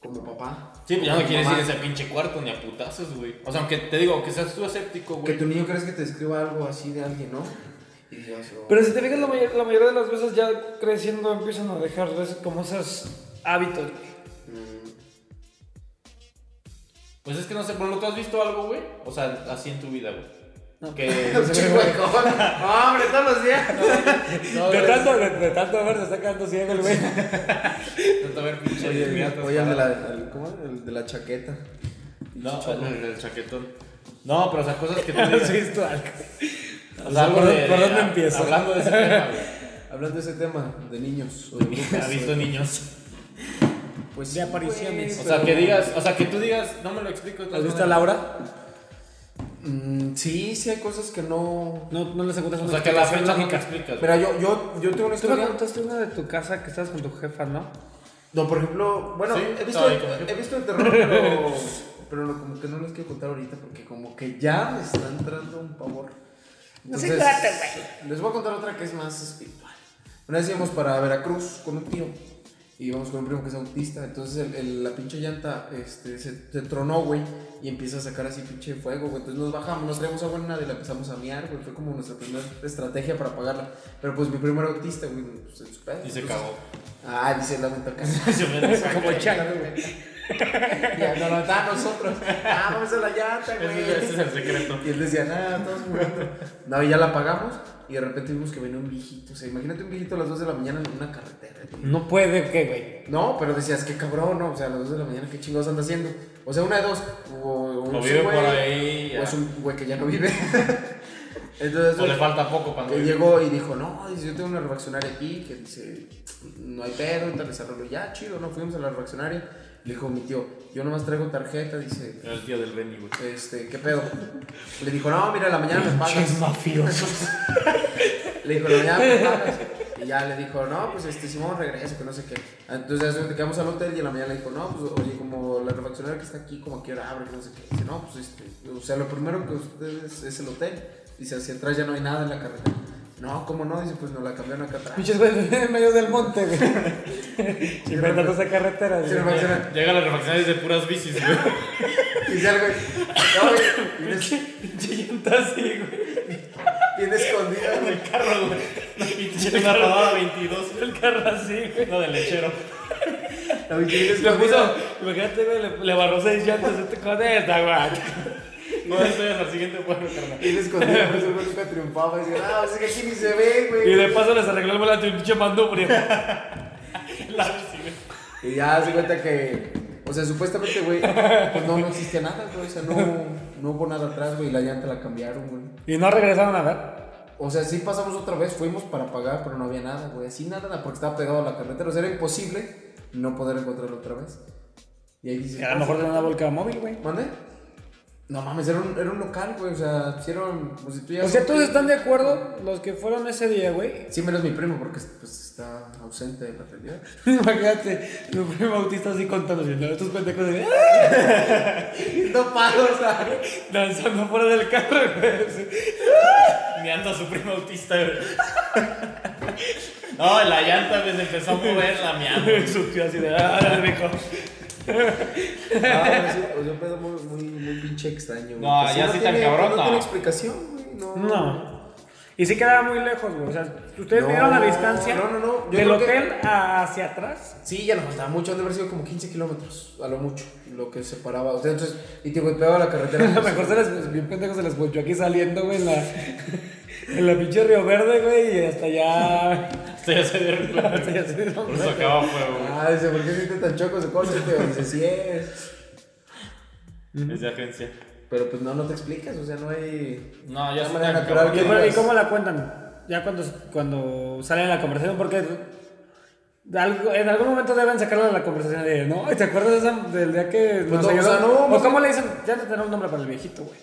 [SPEAKER 2] Como papá.
[SPEAKER 1] Sí, pues ya
[SPEAKER 2] Como
[SPEAKER 1] no quieres ir
[SPEAKER 2] mamá.
[SPEAKER 1] a ese pinche cuarto ni a putazos, güey. O sea, aunque te digo, que seas tú escéptico,
[SPEAKER 2] Que
[SPEAKER 1] güey.
[SPEAKER 2] tu niño crees que te escriba algo así de alguien, ¿no? Y digas, oh,
[SPEAKER 3] Pero si te fijas, la, mayor- la mayoría de las veces ya creciendo empiezan a dejar de ser como esos hábitos. güey.
[SPEAKER 2] mm,
[SPEAKER 1] Pues es que no sé, por lo tú has visto algo, güey. O sea, así en tu vida, güey.
[SPEAKER 3] No.
[SPEAKER 1] Que.
[SPEAKER 2] un chingo de cosas. No, hombre, todos los días.
[SPEAKER 1] No,
[SPEAKER 3] de,
[SPEAKER 1] güey,
[SPEAKER 3] tanto, de, de tanto ver, se está quedando ciego el güey.
[SPEAKER 1] tanto ver pinches gatos
[SPEAKER 2] Oye, el de
[SPEAKER 1] parados.
[SPEAKER 2] la, el- ¿cómo? El de la chaqueta.
[SPEAKER 1] No, el, el chaquetón. No, pero o sea, cosas que tú
[SPEAKER 3] No
[SPEAKER 1] digas.
[SPEAKER 3] has visto algo.
[SPEAKER 1] O sea, algo
[SPEAKER 3] ¿Por,
[SPEAKER 1] de-
[SPEAKER 3] por
[SPEAKER 1] de-
[SPEAKER 3] dónde empiezo?
[SPEAKER 1] Hablando de ese tema, güey.
[SPEAKER 2] Hablando de ese tema, de niños o de brujas.
[SPEAKER 1] ¿Has visto niños?
[SPEAKER 2] Pues
[SPEAKER 3] De apariciones.
[SPEAKER 1] O
[SPEAKER 2] güey,
[SPEAKER 1] sea, que
[SPEAKER 2] pero-
[SPEAKER 1] digas, o sea, que tú digas, no me lo explico. de todas
[SPEAKER 3] ¿Has visto a
[SPEAKER 1] maneras.
[SPEAKER 3] Laura?
[SPEAKER 2] Mm, sí, sí hay cosas que no.
[SPEAKER 3] No, no les encuentras
[SPEAKER 1] O
[SPEAKER 3] una
[SPEAKER 1] sea, que a la
[SPEAKER 3] explicación
[SPEAKER 1] fecha no
[SPEAKER 3] lógica.
[SPEAKER 1] te explicas. güey.
[SPEAKER 2] Mira, yo, yo, yo tengo una
[SPEAKER 3] Tú me
[SPEAKER 2] historia.
[SPEAKER 3] contaste una de tu casa que estabas con tu jefa, ¿no?
[SPEAKER 2] No, por ejemplo, bueno,
[SPEAKER 1] Sí,
[SPEAKER 2] he, visto,
[SPEAKER 1] estaba ahí con-
[SPEAKER 2] he visto el terror, pero, pero no, como que no les quiero contar ahorita porque como que ya me está entrando un pavor.
[SPEAKER 3] No se trata, güey.
[SPEAKER 2] Les voy a contar otra que es más espiritual. Una vez íbamos para Veracruz con un tío y íbamos con un primo que es autista, entonces el- el- la pinche llanta este, se, se tronó, güey, y empieza a sacar así pinche fuego, güey. Entonces nos bajamos, nos traemos agua en una y la empezamos a miar, güey. Fue como nuestra primera estrategia para apagarla. Pero pues mi primo era autista, güey, pues, en su pedo.
[SPEAKER 1] Y se
[SPEAKER 2] Entonces-
[SPEAKER 1] cagó.
[SPEAKER 2] Ah, dice la neta casa.
[SPEAKER 1] Se me desacó.
[SPEAKER 3] Como el Chuck.
[SPEAKER 2] Ya no lo da a nosotros. Ah, vamos a la llanta,
[SPEAKER 1] Ese este es- ese es
[SPEAKER 2] güey.
[SPEAKER 1] el secreto.
[SPEAKER 2] Y él decía, nada, todos jugando. No, y ya la apagamos y de repente vimos que venía un viejito. O sea, imagínate un viejito a las 2 de la mañana en una carretera. güey.
[SPEAKER 3] No puede, ¿qué, güey?
[SPEAKER 2] No, pero decías, qué cabrón, ¿no? O sea, a las 2 de la mañana, qué chingados anda haciendo. O sea, una de dos. O, o
[SPEAKER 1] O
[SPEAKER 2] es
[SPEAKER 1] vive
[SPEAKER 2] un
[SPEAKER 1] por
[SPEAKER 2] güey,
[SPEAKER 1] ahí.
[SPEAKER 2] O
[SPEAKER 1] ya.
[SPEAKER 2] es un güey que ya no vive. Entonces, pues,
[SPEAKER 1] O le falta poco para no
[SPEAKER 2] que
[SPEAKER 1] vivir.
[SPEAKER 2] llegó y dijo, no, dice, yo tengo una refaccionaria aquí, que dice, no hay pedo, ahorita les arreglo". ya, chido, no fuimos a la refaccionaria. Le dijo mi tío, yo nomás traigo tarjeta, dice,
[SPEAKER 1] Era el tío del Benny, güey.
[SPEAKER 2] este, ¿qué pedo? Le dijo, no, mira, la mañana me
[SPEAKER 3] Pinches
[SPEAKER 2] pagas.
[SPEAKER 3] mafiosos.
[SPEAKER 2] Le dijo, la mañana me pagas. Y ya le dijo, no, pues este, Simón regreso, que no sé qué. Entonces, te quedamos al hotel y en la mañana le dijo, no, pues oye, como la refaccionaria que está aquí, como que hora abre, que no sé qué. Dice, no, pues este, o sea, lo primero que ustedes es el hotel. Dice, hacia atrás ya no hay nada en la carretera. No, ¿cómo no? Dice, pues nos la cambiaron acá atrás.
[SPEAKER 3] Pinches güeyes en medio del monte, güey. Inventando esa carretera,
[SPEAKER 2] Sí,
[SPEAKER 3] güey.
[SPEAKER 2] güey. Refaccionaria.
[SPEAKER 1] Llega la refaccionaria de puras bicis, güey.
[SPEAKER 2] Y ya, güey. No, güey. Bien, es-
[SPEAKER 3] Pinche llanta así, güey.
[SPEAKER 2] bien escondida, güey.
[SPEAKER 1] El carro, güey. Una rodada 22.
[SPEAKER 3] El carro así, güey.
[SPEAKER 1] No, de lechero.
[SPEAKER 2] La güey, bien
[SPEAKER 3] Le puso,
[SPEAKER 2] escondida.
[SPEAKER 3] imagínate, güey, le, le barró seis llantas este con esta, güey.
[SPEAKER 1] No, esto es al siguiente pueblo, carnal.
[SPEAKER 2] Bien escondida, por eso güey, nunca triunfaba. Dice, ah, es que aquí ni se ve,
[SPEAKER 3] Y
[SPEAKER 2] güey.
[SPEAKER 3] de paso les arregló el volante un pinche mandubrio. La bici, güey.
[SPEAKER 2] Y ya se cuenta que. O sea, supuestamente, güey, pues no, no existía nada, güey. O sea, no, no hubo nada atrás, güey. La llanta la cambiaron, güey.
[SPEAKER 3] Y no regresaron a ver.
[SPEAKER 2] O sea, sí pasamos otra vez, fuimos para pagar, pero no había nada, güey. Así nada, nada, porque estaba pegado a la carretera. O sea, era imposible no poder encontrarlo otra vez. Y ahí dices, "Ah,
[SPEAKER 3] A lo mejor era una volcada móvil, güey.
[SPEAKER 2] ¿Mande? No mames, era un, era un local, güey. O sea, hicieron. Pues, si tú ya
[SPEAKER 3] O sea, todos están de acuerdo los que fueron ese día, güey.
[SPEAKER 2] Sí, menos mi primo, porque pues, está ausente de paternidad.
[SPEAKER 3] Imagínate, mi primo Bautista así contando, ¿no? estos pendejos de
[SPEAKER 2] No pago, o sea.
[SPEAKER 3] danzando fuera del carro, güey.
[SPEAKER 1] Me anda su primo autista, güey. No, la llanta pues, empezó a mover la meando.
[SPEAKER 3] Así. Su tío así de, ah, viejo.
[SPEAKER 2] Ah, sí, o sea, un pedo muy, muy, muy pinche extraño, güey.
[SPEAKER 1] No, ya
[SPEAKER 2] no
[SPEAKER 1] sí tan
[SPEAKER 2] tiene-
[SPEAKER 1] cabrón,
[SPEAKER 2] No
[SPEAKER 1] no.
[SPEAKER 2] tiene explicación, güey. No.
[SPEAKER 3] No. Y sí quedaba muy lejos, güey. O sea, ustedes
[SPEAKER 2] No,
[SPEAKER 3] vieron la distancia
[SPEAKER 2] no, no, no. Yo
[SPEAKER 3] del
[SPEAKER 2] creo que-
[SPEAKER 3] hotel a- hacia atrás.
[SPEAKER 2] Sí, ya nos faltaba mucho, han de haber sido como 15 kilómetros, a lo mucho, lo que separaba. O sea, entonces, y te golpeaba la carretera.
[SPEAKER 3] A lo mejor se les, bien pendejo se les volvió aquí saliendo, güey, en la, en la pinche Río Verde, güey, y hasta allá.
[SPEAKER 1] Esto ya se dieron cuenta.
[SPEAKER 3] hasta allá se dieron
[SPEAKER 1] Por eso
[SPEAKER 3] cuenta.
[SPEAKER 1] acaba fuego, güey.
[SPEAKER 2] Ah, dice, ¿por qué sientes tan choco ese coche? tío? Dice, sí es.
[SPEAKER 1] Es de agencia.
[SPEAKER 2] Pero pues no, no te explicas, o sea, no hay.
[SPEAKER 1] No, ya
[SPEAKER 2] De
[SPEAKER 1] se
[SPEAKER 2] manera
[SPEAKER 1] tan
[SPEAKER 2] natural,
[SPEAKER 3] ¿Y,
[SPEAKER 1] cabrón.
[SPEAKER 2] güey.
[SPEAKER 3] bueno, ¿y cómo la cuentan? Ya cuando, cuando salen la conversación, porque de algo- en algún momento deben sacarla de la conversación de, no, ¿te acuerdas de esa- del día que
[SPEAKER 2] Pues no, o sea, no,
[SPEAKER 3] ¿O
[SPEAKER 2] no sé.
[SPEAKER 3] cómo le dicen? Ya te tenemos un nombre para el viejito, güey.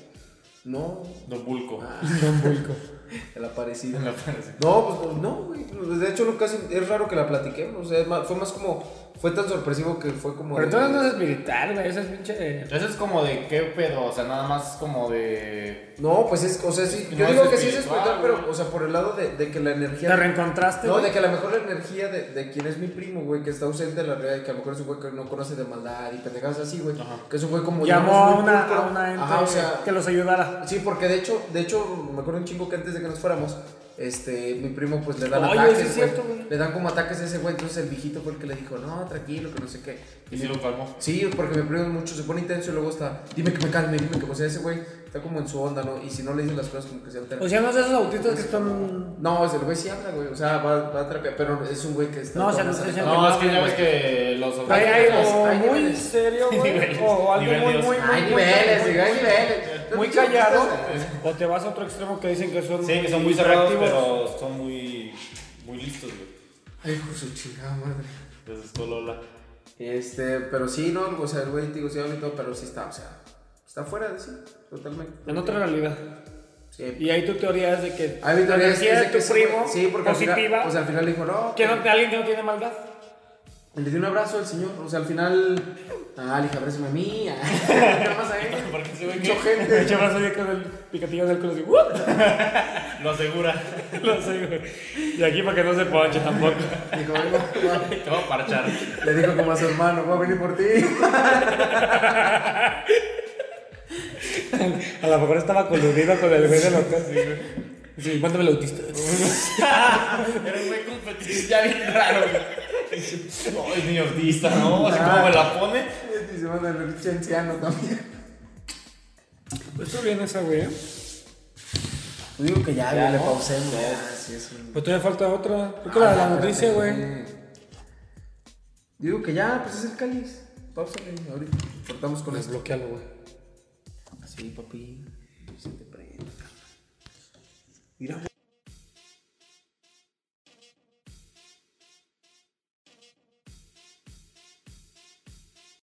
[SPEAKER 2] No,
[SPEAKER 1] Don Bulco.
[SPEAKER 3] Don Bulco.
[SPEAKER 2] el aparecido.
[SPEAKER 1] Me parece.
[SPEAKER 2] No, pues no, güey. pues, De hecho, no, casi es raro que la platiquemos. O sea, es más- fue más como. Fue tan sorpresivo que fue como.
[SPEAKER 3] Pero
[SPEAKER 2] de-
[SPEAKER 3] entonces no es militar, güey, eso es pinche... eh,
[SPEAKER 1] Eso es como de qué pedo, o sea, nada más como de.
[SPEAKER 2] No, pues es. O sea, sí.
[SPEAKER 1] No
[SPEAKER 2] Yo
[SPEAKER 1] es
[SPEAKER 2] digo que sí es
[SPEAKER 1] espiritual,
[SPEAKER 2] espiritual,
[SPEAKER 1] güey.
[SPEAKER 2] pero, o sea, por el lado de, de que la energía.
[SPEAKER 3] ¿Te reencontraste,
[SPEAKER 2] No,
[SPEAKER 3] güey?
[SPEAKER 2] de que a lo mejor la energía de, de quien es mi primo, güey, que está ausente de la realidad, que a lo mejor es un güey que no conoce de maldad y pendejadas así, güey.
[SPEAKER 1] Ajá.
[SPEAKER 2] Que es un güey como.
[SPEAKER 3] Llamó a
[SPEAKER 2] digamos, muy
[SPEAKER 3] una,
[SPEAKER 2] pulcro.
[SPEAKER 3] a una ente
[SPEAKER 2] Ajá, o sea,
[SPEAKER 3] que los ayudara.
[SPEAKER 2] Sí, porque de hecho, de hecho, me acuerdo un chingo que antes de que nos fuéramos, este, mi primo pues le dan
[SPEAKER 3] Oye,
[SPEAKER 2] ataques.
[SPEAKER 3] sí es
[SPEAKER 2] güey.
[SPEAKER 3] cierto, güey.
[SPEAKER 2] Le dan como ataques a ese güey, entonces el viejito fue el que le dijo, no, tranquilo, que no sé qué.
[SPEAKER 1] Y si lo calmó.
[SPEAKER 2] Sí, porque mi primo es mucho, se pone intenso y luego está, dime que me calme, dime que, o sea, ese güey está como en su onda, ¿no? Y si no le dicen las cosas como que se altera.
[SPEAKER 3] O sea, no es de esos autistas que están...
[SPEAKER 2] no, ese güey sí habla, güey, o sea, va, va a terapia, pero es un güey que está...
[SPEAKER 3] No, o sea,
[SPEAKER 2] con
[SPEAKER 3] no
[SPEAKER 2] esa-
[SPEAKER 3] sé si-
[SPEAKER 1] No, es que ya ves que los
[SPEAKER 3] Hay, hay o
[SPEAKER 2] Hay
[SPEAKER 3] muy
[SPEAKER 2] niveles.
[SPEAKER 3] serio, güey,
[SPEAKER 1] Niveles.
[SPEAKER 3] o algo muy,
[SPEAKER 1] Niveles.
[SPEAKER 3] muy, muy...
[SPEAKER 2] Hay
[SPEAKER 3] muy-
[SPEAKER 2] niveles,
[SPEAKER 3] muy-
[SPEAKER 2] güey, hay niveles.
[SPEAKER 3] muy callado o te vas a otro extremo que dicen que son
[SPEAKER 1] Sí, que son muy cerrados,
[SPEAKER 3] hiperactivos.
[SPEAKER 1] pero son muy. Muy listos, güey.
[SPEAKER 2] Ay, hijo de su chingada madre.
[SPEAKER 1] Entonces, Colola.
[SPEAKER 2] Este, pero sí, no, o sea, el güey, digo, sí habla y todo, pero sí está, o sea, está fuera de sí, totalmente.
[SPEAKER 3] en otra realidad
[SPEAKER 2] Sí.
[SPEAKER 3] y ahí tu teoría es de que
[SPEAKER 2] Hay teoría es- es
[SPEAKER 3] energía
[SPEAKER 2] de que
[SPEAKER 3] de tu
[SPEAKER 2] ese
[SPEAKER 3] primo
[SPEAKER 2] güey- sí, porque
[SPEAKER 3] positiva
[SPEAKER 2] Al final, o sea, al final le dijo, no,
[SPEAKER 3] que no, alguien que no tiene maldad
[SPEAKER 2] le dio un abrazo al señor, o sea, al final, ah, le dije, abrázame a mí, ah, nada más a él.
[SPEAKER 1] Porque ese güey
[SPEAKER 2] Mucho
[SPEAKER 1] que
[SPEAKER 3] de
[SPEAKER 2] gente.
[SPEAKER 3] hecho vas a ir con el picatillo del culo así ¡What!
[SPEAKER 1] lo asegura.
[SPEAKER 3] Lo sé, güey. y aquí para que no se ponche tampoco
[SPEAKER 2] Dijo, "Vengo, va".
[SPEAKER 1] Te va a parchar.
[SPEAKER 2] le dijo como a su hermano, voy a venir por ti.
[SPEAKER 3] a lo mejor estaba coludido con el güey del hotel sí, cuéntame el autista
[SPEAKER 1] Era un güey competitivo ya bien raro, güey. No, es mi autista, ¿no? Así como me la pone.
[SPEAKER 2] Y se manda el pinche anciano también.
[SPEAKER 3] esto bien esa güey ¿eh?
[SPEAKER 2] Digo que ya, ya le
[SPEAKER 1] ¿no?
[SPEAKER 2] pausemos. Ya, sí, es un... Ah,
[SPEAKER 3] pues todavía falta otra creo que la de la noticia güey
[SPEAKER 2] Digo que ya, pues es el cáliz. Páusale, ahorita. Cortamos con esto.
[SPEAKER 3] desbloquealo güey
[SPEAKER 2] Sí, papi. Se te prende. Mira, güey.